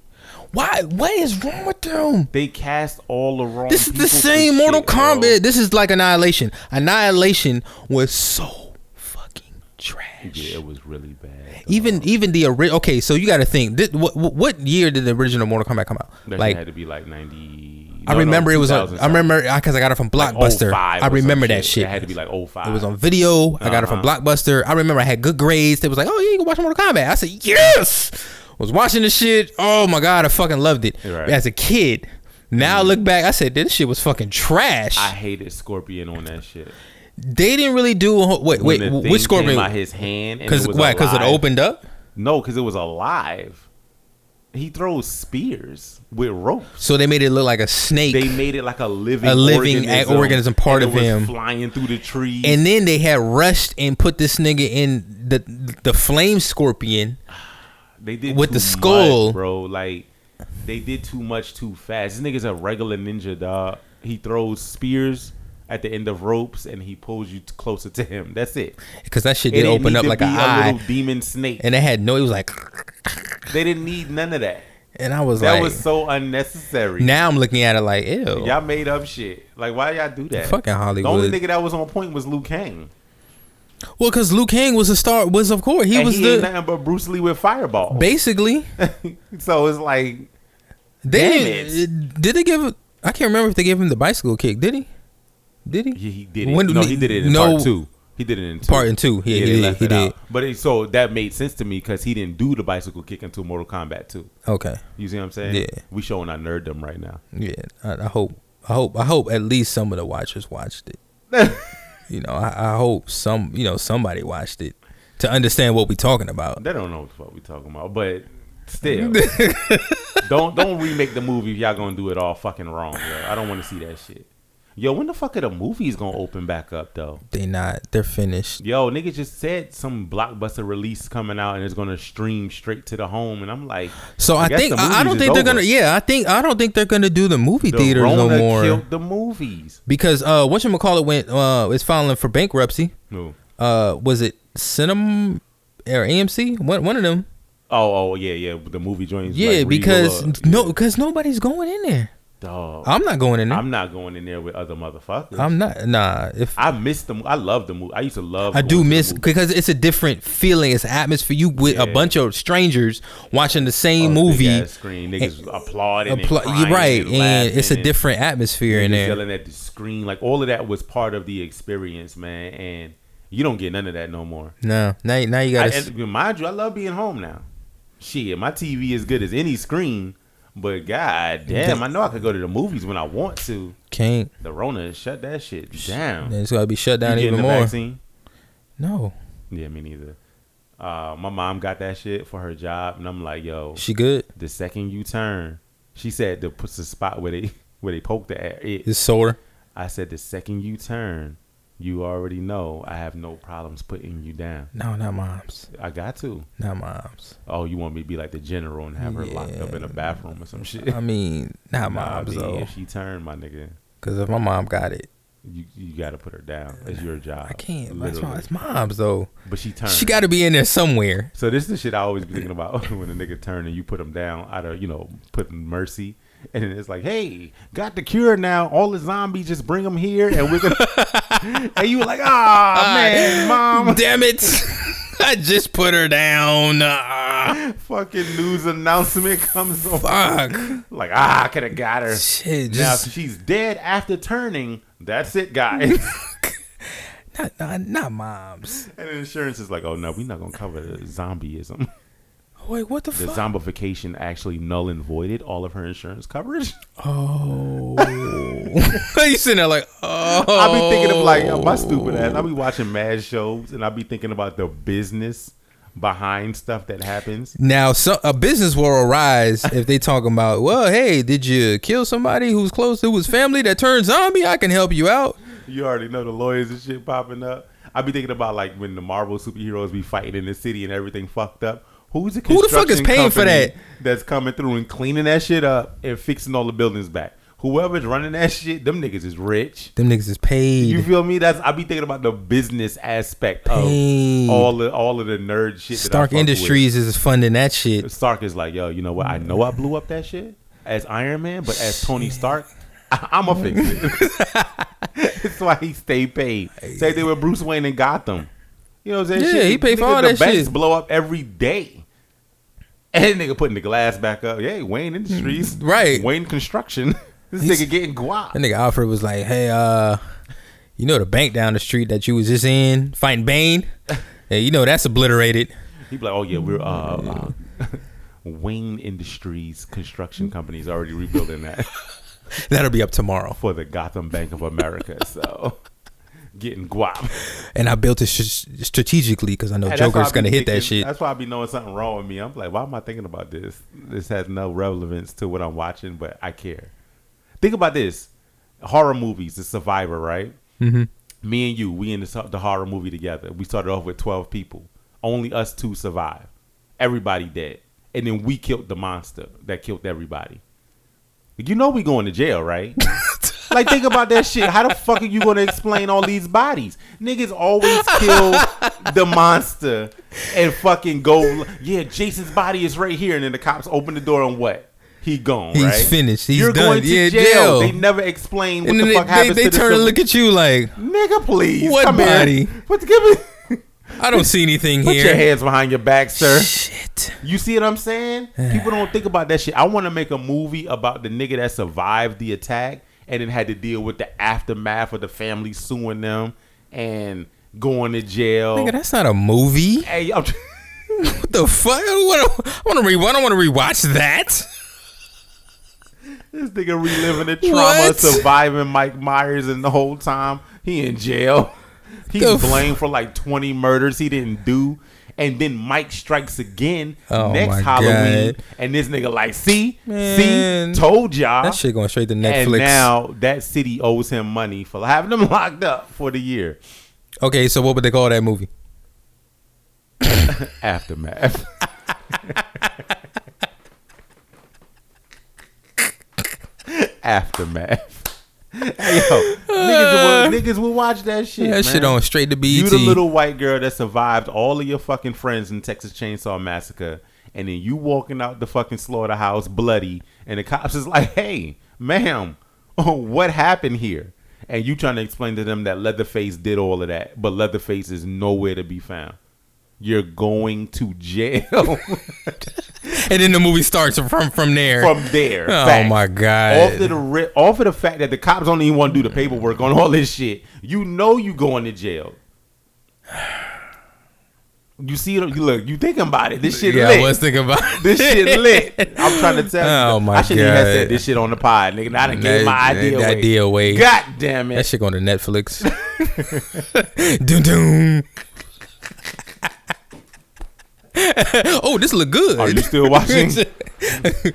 S2: Why? What is wrong with them?
S1: They cast all the wrong.
S2: This is
S1: people
S2: the
S1: for
S2: same Mortal
S1: shit, bro.
S2: Kombat. This is like Annihilation. Annihilation was so fucking trash.
S1: Yeah, it was really bad.
S2: Even even the original. Okay, so you got to think. This, what what- what year did the original Mortal Kombat come out?
S1: That
S2: like
S1: shit had to be like ninety.
S2: I
S1: no, no,
S2: remember it was on.
S1: 2000
S2: I remember because I got it from
S1: Like
S2: Blockbuster.
S1: 05
S2: I
S1: or some
S2: remember that
S1: shit.
S2: shit.
S1: It had to be like 05.
S2: It was on video. I got it from
S1: Uh-huh.
S2: Blockbuster. I remember I had good grades. They was like, "Oh yeah, you can watch Mortal Kombat." I said, "Yes." Was watching this shit. Oh my god, I fucking loved it.
S1: Right. Mm.
S2: As a kid, now I look back, I said this shit was fucking trash.
S1: I hated Scorpion on that shit.
S2: they didn't really do. A whole, wait,
S1: When
S2: wait,
S1: the
S2: wh-
S1: thing
S2: which Scorpion?
S1: Came out his hand. and
S2: Because
S1: was
S2: why? Because it
S1: alive.
S2: opened up.
S1: No, because it was alive. He throws spears with ropes.
S2: So they made it look like a snake.
S1: They made it like a living,
S2: A living
S1: organism,
S2: organism part
S1: and
S2: of
S1: it was
S2: him.
S1: flying through the trees.
S2: And then they had rushed and put this nigga in the the flame scorpion.
S1: They did
S2: with
S1: too
S2: the skull.
S1: much, bro. Like they did too much too fast. This nigga's a regular ninja, dog. He throws spears at the end of ropes, and he pulls you t- closer to him. That's it.
S2: 'Cause that shit
S1: It
S2: did
S1: didn't
S2: open
S1: need
S2: up
S1: to
S2: like a
S1: be
S2: eye.
S1: little demon snake.
S2: And it had no. It was like,
S1: They didn't need none of that.
S2: and I was
S1: that
S2: like,
S1: was so unnecessary.
S2: now I'm looking at it like, ew.
S1: y'all made up shit. Like why y'all do that?
S2: Fucking
S1: The only
S2: Hollywood.
S1: nigga that was on point was Liu Kang.
S2: Well, because Liu Kang was a star. Was of course he
S1: and
S2: was
S1: he ain't
S2: the
S1: nothing but Bruce Lee with Fireball.
S2: basically.
S1: so it's like
S2: They
S1: Damn
S2: didn't- Did they give? I can't remember if they gave him the bicycle kick. Did he? Did he?
S1: Yeah, he did it.
S2: When-
S1: no, he did it in
S2: no-
S1: part two. He did it in two.
S2: Part in two. Yeah, he
S1: they
S2: did.
S1: left
S2: He
S1: it out.
S2: did.
S1: But it, so that made sense to me because he didn't do the bicycle kick until Mortal Kombat two.
S2: Okay.
S1: You see what I'm saying?
S2: Yeah.
S1: We showing our nerddom right now.
S2: Yeah, I, I hope. I hope. I hope at least some of the watchers watched it. you know, I, I hope some. You know, somebody watched it to understand what we're talking about.
S1: They don't know what the fuck we talking about, but still, don't don't remake the movie if y'all gonna do it all fucking wrong. Yo. I don't want to see that shit. Yo, when the fuck are the movies gonna open back up though?
S2: They not. They're finished.
S1: Yo, nigga just said some blockbuster release coming out and it's gonna stream straight to the home, and I'm like,
S2: So I,
S1: guess
S2: think
S1: the
S2: I I
S1: movies
S2: don't
S1: is
S2: think they're
S1: over.
S2: gonna. Yeah, I think I don't think they're gonna do the movie
S1: The
S2: theaters no
S1: Rona
S2: more.
S1: Killed the movies.
S2: because uh what you call it went uh is filing for bankruptcy.
S1: Who?
S2: Uh was it Cinema or AMC? One one of them.
S1: Oh, oh yeah, yeah. The movie joints.
S2: Yeah,
S1: like,
S2: because
S1: Regal, uh,
S2: no because nobody's going in there.
S1: dog.
S2: I'm not going in there.
S1: I'm not going in there with other motherfuckers.
S2: I'm not nah, if
S1: I miss the. mo- I love the movie. I used to love.
S2: I
S1: going
S2: do
S1: to the
S2: miss
S1: movie.
S2: because it's a different feeling. It's atmosphere. You with a
S1: Yeah.
S2: bunch of strangers watching the same
S1: Oh,
S2: movie.
S1: big-ass screen niggas applauding. and
S2: Appla-
S1: crying
S2: you're right,
S1: and,
S2: and,
S1: laughing
S2: it's a
S1: and
S2: different atmosphere in
S1: niggas
S2: there.
S1: Yelling at the screen, like all of that was part of the experience, man. And you don't get none of that no more.
S2: No, now you- now you
S1: I,
S2: gotta. s-
S1: and mind you, I love being home now. Shit, my TV is good as any screen, but god damn, I know I could go to the movies when I want to.
S2: Can't.
S1: The Rona shut that shit down.
S2: It's gotta be shut down
S1: You getting
S2: even
S1: the
S2: more.
S1: vaccine?
S2: No,
S1: Yeah, me neither. Uh, my mom got that shit for her job, and I'm like, yo,
S2: she good.
S1: the second you turn, she said the puts the spot where they where they poked the at it.
S2: It's sore.
S1: I said the second you turn, you already know I have no problems putting you down.
S2: No, not moms.
S1: I got to.
S2: Not moms.
S1: Oh, you want me to be like the general and have her locked up in a bathroom or some shit?
S2: I mean, not
S1: Nah, I
S2: moms
S1: mean,
S2: though.
S1: If she turned, my nigga,
S2: Because if my mom got it,
S1: you you got to put her down. It's your job. I
S2: can't. That's my, it's moms though.
S1: But she turned.
S2: She got to be in there somewhere.
S1: So this is the shit I always be thinking about when a nigga turn and you put him down out of you know putting mercy, and then it's like, hey, got the cure now. All the zombies just bring them here, and we're gonna. and you were like, ah man, mom,
S2: Damn it! I just put her down. Ah,
S1: fucking news announcement comes on.
S2: fuck.
S1: Like ah, I could have got her.
S2: Shit,
S1: now
S2: just-
S1: if she's dead after turning. That's it, guys.
S2: Not, not, not moms.
S1: and insurance is like, oh no, we're not gonna cover the zombieism.
S2: Wait, what the,
S1: The
S2: fuck?
S1: zombification actually null and voided all of her insurance coverage.
S2: oh. you sitting there like, oh.
S1: I uh, be thinking of like my stupid ass. I be watching mad shows and I be thinking about the business behind stuff that happens.
S2: Now, so, a business will arise if they talking about, well, hey, did you kill somebody who's close to his family that turned zombie? I can help you out.
S1: You already know the lawyers and shit popping up. I be thinking about like when the Marvel superheroes be fighting in the city and everything fucked up. Who's the
S2: Who the fuck is
S1: construction
S2: paying for
S1: company
S2: that?
S1: That's coming through and cleaning that shit up and fixing all the buildings back. Whoever's running that shit, them niggas is rich.
S2: Them niggas is paid.
S1: You feel me? That's I be thinking about the business aspect of
S2: Paid.
S1: all the all of the nerd shit. that I
S2: Stark
S1: fuck with.
S2: Industries is funding that shit.
S1: Stark is like, yo, you know what? I know I blew up that shit as Iron Man, but as Tony Stark, I- I'ma fix it. That's why he stay paid. Say they were Bruce Wayne in Gotham. You know what I'm saying?
S2: Yeah,
S1: Shit,
S2: he paid for
S1: nigga,
S2: all
S1: the
S2: that
S1: banks
S2: shit.
S1: blow up every day. And nigga putting the glass back up. Yeah, Wayne Industries.
S2: Hmm. Right.
S1: Wayne Construction. This
S2: He's-
S1: nigga getting guap.
S2: That nigga Alfred was like, hey, uh, you know the bank down the street that you was just in fighting Bane? Hey, you know that's obliterated.
S1: He be like, oh yeah, we're uh, uh Wayne Industries construction company is already rebuilding that.
S2: That'll be up tomorrow
S1: for the Gotham Bank of America. so getting guap.
S2: And I built it sh- strategically because I know
S1: Hey, that's why I
S2: Joker's
S1: be
S2: gonna hit that
S1: thinking-
S2: shit.
S1: That's why I be knowing something wrong with me. I'm like, why am I thinking about this? This has no relevance to what I'm watching, but I care. Think about this: horror movies, The Survivor, right?
S2: Mhm.
S1: Me and you, we in the, the horror movie together. We started off with 12 people. Only us two survive. Everybody dead, and then we killed the monster that killed everybody. You know we going to jail, right? like think about that shit. How the fuck are you gonna explain all these bodies? Niggas always kill the monster and fucking go yeah, Jason's body is right here and then the cops open the door and what? He gone,
S2: He's
S1: right?
S2: finished. He's
S1: You're
S2: done.
S1: going to
S2: Yeah,
S1: jail.
S2: jail.
S1: They never explain what
S2: And
S1: the
S2: then
S1: fuck
S2: they, they,
S1: happens
S2: they
S1: to the
S2: turn and
S1: sil-
S2: look at you like,
S1: Nigga, please.
S2: What
S1: come
S2: body?
S1: On. What give me
S2: I don't see anything
S1: Put
S2: here.
S1: your hands behind your back, sir. Shit. You see what I'm saying? People don't think about that shit. I want to make a movie about the nigga that survived the attack and then had to deal with the aftermath of the family suing them and going to jail.
S2: Nigga, that's not a movie.
S1: Hey, I'm
S2: what the fuck? I want to re. I don't want to rewatch that.
S1: this nigga reliving the trauma,
S2: What?
S1: of surviving Mike Myers, and the whole time he in jail. He's
S2: The f-
S1: blamed for like 20 murders he didn't do. And then Mike strikes again
S2: Oh my
S1: next Halloween.
S2: God.
S1: And this nigga like, see,
S2: Man.
S1: see, told y'all.
S2: That shit going straight to
S1: And
S2: Netflix.
S1: now that city owes him money for having him locked up for the year.
S2: Okay, so what would they call that movie?
S1: Aftermath. Aftermath. Hey, yo, niggas, will, niggas will watch that shit.
S2: Uh. That
S1: man.
S2: shit on straight to E
S1: You the
S2: BET.
S1: little white girl that survived all of your fucking friends in Texas Chainsaw Massacre, and then you walking out the fucking slaughterhouse bloody, and the cops is like, "Hey, ma'am, what happened here?" And you trying to explain to them that Leatherface did all of that, but Leatherface is nowhere to be found. You're going to jail.
S2: And then the movie starts from from there.
S1: From there.
S2: Oh
S1: Facts.
S2: my god.
S1: Off of the ri- off of the fact that the cops don't even want to do the paperwork on all this shit. You know you going to jail. You see it. You look. You thinking about it. This shit
S2: yeah,
S1: lit.
S2: I was thinking about
S1: this shit lit. I'm trying to tell you.
S2: Oh my
S1: I shouldn't even have said
S2: God.
S1: this shit on the pod, nigga. I done gave my
S2: That-
S1: idea
S2: that
S1: away.
S2: idea away.
S1: God damn it.
S2: That shit going to Netflix. doom doom. oh, this look good.
S1: Are you still watching?
S2: this
S1: This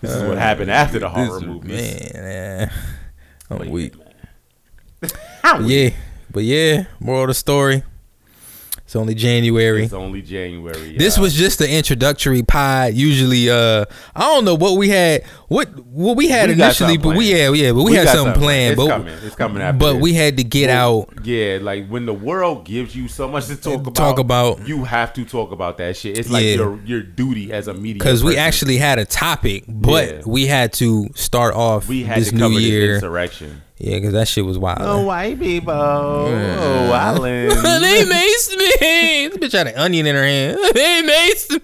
S1: is what happened after the horror movies.
S2: Man, uh, I'm weak.
S1: I'm
S2: But yeah, but yeah. Moral of the story. It's only January.
S1: It's only January.
S2: This
S1: y'all.
S2: was just the introductory pod. Usually, uh, I don't know what we had, what what we had
S1: We got
S2: initially,
S1: something
S2: but we yeah
S1: planned.
S2: yeah, but we, had
S1: got
S2: something planned.
S1: It's
S2: but
S1: coming. It's coming after
S2: But
S1: this.
S2: we had to get
S1: Well,
S2: out.
S1: Yeah, like when the world gives you so much to talk about,
S2: Talk about.
S1: you have to talk about that shit. It's like
S2: Yeah.
S1: your your duty as a media
S2: Because we
S1: person.
S2: actually had a topic, but
S1: Yeah.
S2: we had to start off
S1: We had
S2: this
S1: to
S2: new
S1: cover this
S2: year.
S1: insurrection.
S2: Yeah, because that shit was wild.
S1: Oh, white people, oh,
S2: Yeah.
S1: island.
S2: they maced me. This bitch had an onion in her hand. They maced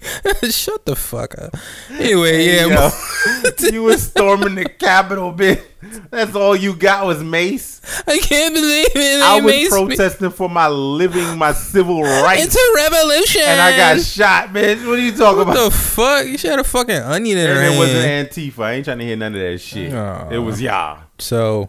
S2: me. Shut the fuck up. Anyway,
S1: There
S2: yeah.
S1: you
S2: mo-
S1: go. you was storming the Capitol, bitch. That's all you got was mace.
S2: I can't believe it. They
S1: I was
S2: maced me.
S1: protesting for my living, my civil rights.
S2: It's a revolution.
S1: and I got shot, bitch. What are you talking
S2: What
S1: about?
S2: the fuck? You had a fucking onion in her
S1: and it
S2: hand.
S1: wasn't Antifa. I ain't trying to hear none of that shit.
S2: Aw.
S1: It was y'all.
S2: So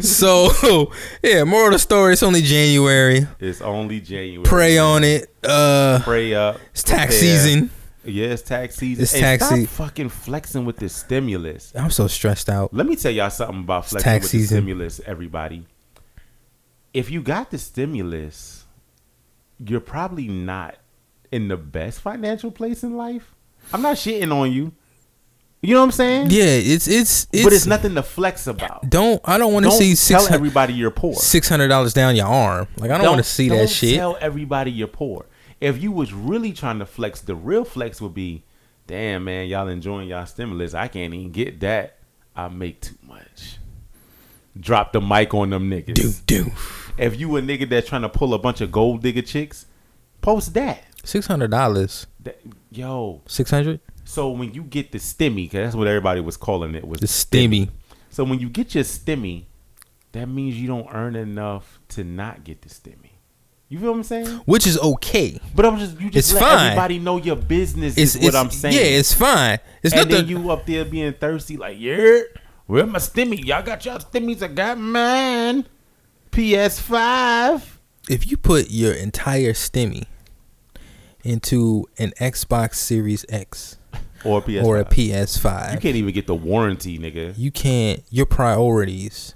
S2: so yeah, moral of the story. It's only January.
S1: It's only January.
S2: Pray on it. Uh,
S1: Pray up.
S2: It's tax
S1: Prepare.
S2: season.
S1: Yeah, it's tax season.
S2: It's
S1: Hey,
S2: tax
S1: stop
S2: sea-
S1: fucking flexing with this stimulus.
S2: I'm so stressed out.
S1: Let me tell y'all something about flexing
S2: tax
S1: with the
S2: season.
S1: stimulus, everybody. If you got the stimulus, you're probably not in the best financial place in life. I'm not shitting on you. You know what I'm saying?
S2: Yeah, it's it's it's.
S1: but it's nothing to flex about.
S2: Don't I don't want to
S1: Don't
S2: see
S1: tell
S2: six hundred
S1: everybody you're poor.
S2: six hundred dollars down your arm. Like I don't, want to see
S1: don't
S2: that shit.
S1: Tell everybody you're poor. If you was really trying to flex, the real flex would be, damn man, y'all enjoying y'all stimulus. I can't even get that. I make too much. Drop the mic on them niggas. If you a nigga that's trying to pull a bunch of gold digger chicks, post that.
S2: Six hundred dollars.
S1: That- Yo.
S2: Six hundred.
S1: So when you get the stimmy, cause that's what everybody was calling it was
S2: The stimmy.
S1: So when you get your stimmy, that means you don't earn enough to not get the stimmy. You feel what I'm saying?
S2: which is okay.
S1: But I'm just you just
S2: It's
S1: let
S2: fine.
S1: everybody know your business
S2: It's-
S1: is what
S2: it's-
S1: I'm saying.
S2: yeah, it's fine. It's
S1: and
S2: not
S1: then
S2: the-
S1: you up there being thirsty like yeah, where my stimmy? Y'all got y'all stimmies? I got mine. PS Five.
S2: If you put your entire stimmy into an Xbox Series X
S1: Or a PS5.
S2: or a PS5,
S1: You can't even get the warranty, nigga.
S2: you can't your priorities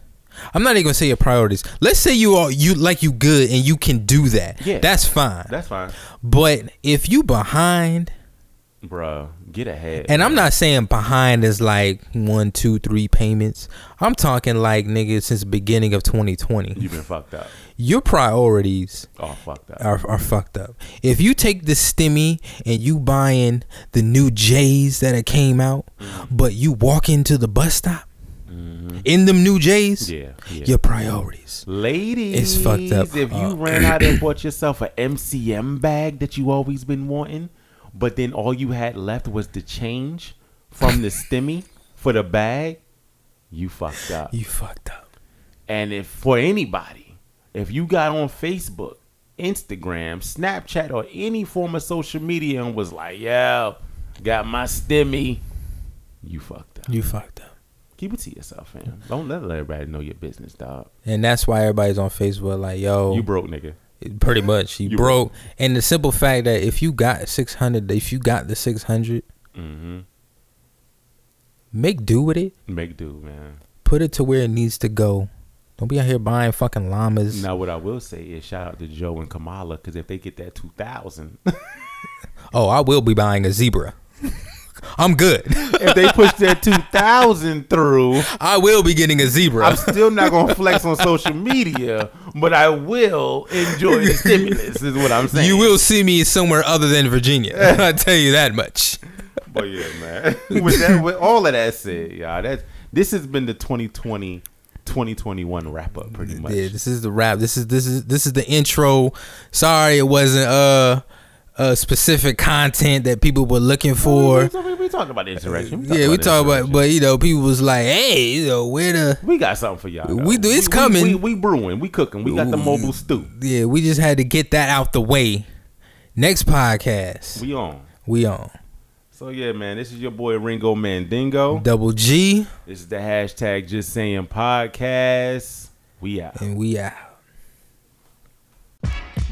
S2: i'm not even gonna say your priorities let's say you are you like you good and you can do that
S1: Yeah.
S2: that's fine
S1: That's fine,
S2: but if you behind
S1: Bruh, Get ahead.
S2: and i'm not saying behind is like one two three payments i'm talking like nigga since the beginning of 2020
S1: You've been fucked up.
S2: your priorities
S1: All fucked up.
S2: are, are fucked up if you take the stimmy and you buying the new j's that it came out
S1: Mm-hmm.
S2: but you walk into the bus stop in them new j's
S1: Yeah, yeah.
S2: your priorities
S1: Ladies,
S2: It's fucked up.
S1: If you
S2: Uh,
S1: ran out and bought yourself a MCM bag that you always been wanting, but then all you had left was the change from the stimmy for the bag, you fucked up.
S2: You fucked up.
S1: And if for anybody, if you got on Facebook, Instagram, Snapchat, or any form of social media and was like, "Yo, got my stimmy," you fucked up.
S2: You fucked up.
S1: Keep it to yourself, fam. Don't let everybody know your business, dog.
S2: And that's why everybody's on Facebook like, yo,
S1: You broke, nigga.
S2: Pretty much, you,
S1: You
S2: broke. And the simple fact that if you got six hundred, if you got the six hundred,
S1: Mm-hmm.
S2: make do with it.
S1: Make do, man.
S2: Put it to where it needs to go. Don't be out here buying fucking llamas.
S1: Now, what I will say is shout out to Joe and Kamala because if they get that two thousand,
S2: Oh, I will be buying a zebra. I'm good.
S1: if they push that two thousand through,
S2: I will be getting a zebra.
S1: I'm still not gonna flex on social media, but I will enjoy the stimulus. Is what I'm saying.
S2: You will see me somewhere other than Virginia. I tell you that much.
S1: But yeah, man. with, that, with all of that said, y'all, that this has been the 2020, 2021 wrap up, pretty much.
S2: Yeah, this is the rap. This is this is this is the intro. Sorry, it wasn't uh uh specific content that people were looking for.
S1: So we, we talking about insurrection.
S2: Yeah, we talk about, but you know, people was like, "Hey, you know, where the
S1: We got something for y'all.
S2: We do- it's
S1: we-
S2: coming.
S1: We, we brewing. We cooking. We got the
S2: Ooh.
S1: mobile stew.
S2: yeah?" We just had to get that out the way. Next podcast,
S1: We on.
S2: we on
S1: So yeah, man. This is your boy Ringo Mandingo.
S2: double G,
S1: This is the hashtag Just Saying Podcast. We out.
S2: and we out.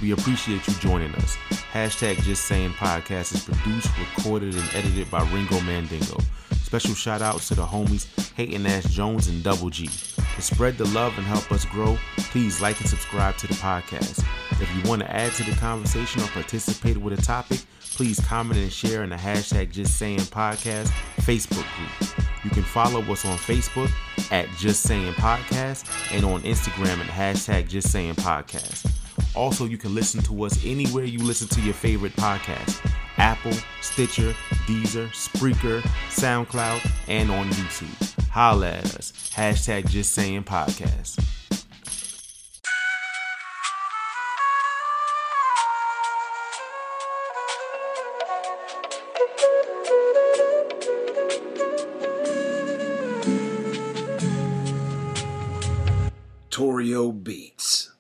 S1: We appreciate you joining us. Hashtag Just Saying Podcast is produced, recorded, and edited by Ringo Mandingo. Special shout outs to the homies Hating Ass Jones and Double G. To spread the love and help us grow, please like and subscribe to the podcast. If you want to add to the conversation or participate with a topic, please comment and share in the hashtag Just Saying Podcast Facebook group. You can follow us on Facebook at Just Saying Podcast and on Instagram at hashtag Just Saying Podcast. Also, you can listen to us anywhere you listen to your favorite podcast Apple, Stitcher, Deezer, Spreaker, SoundCloud, and on YouTube. Holla at us. Hashtag Just Saying Podcast.
S14: Torio Beats.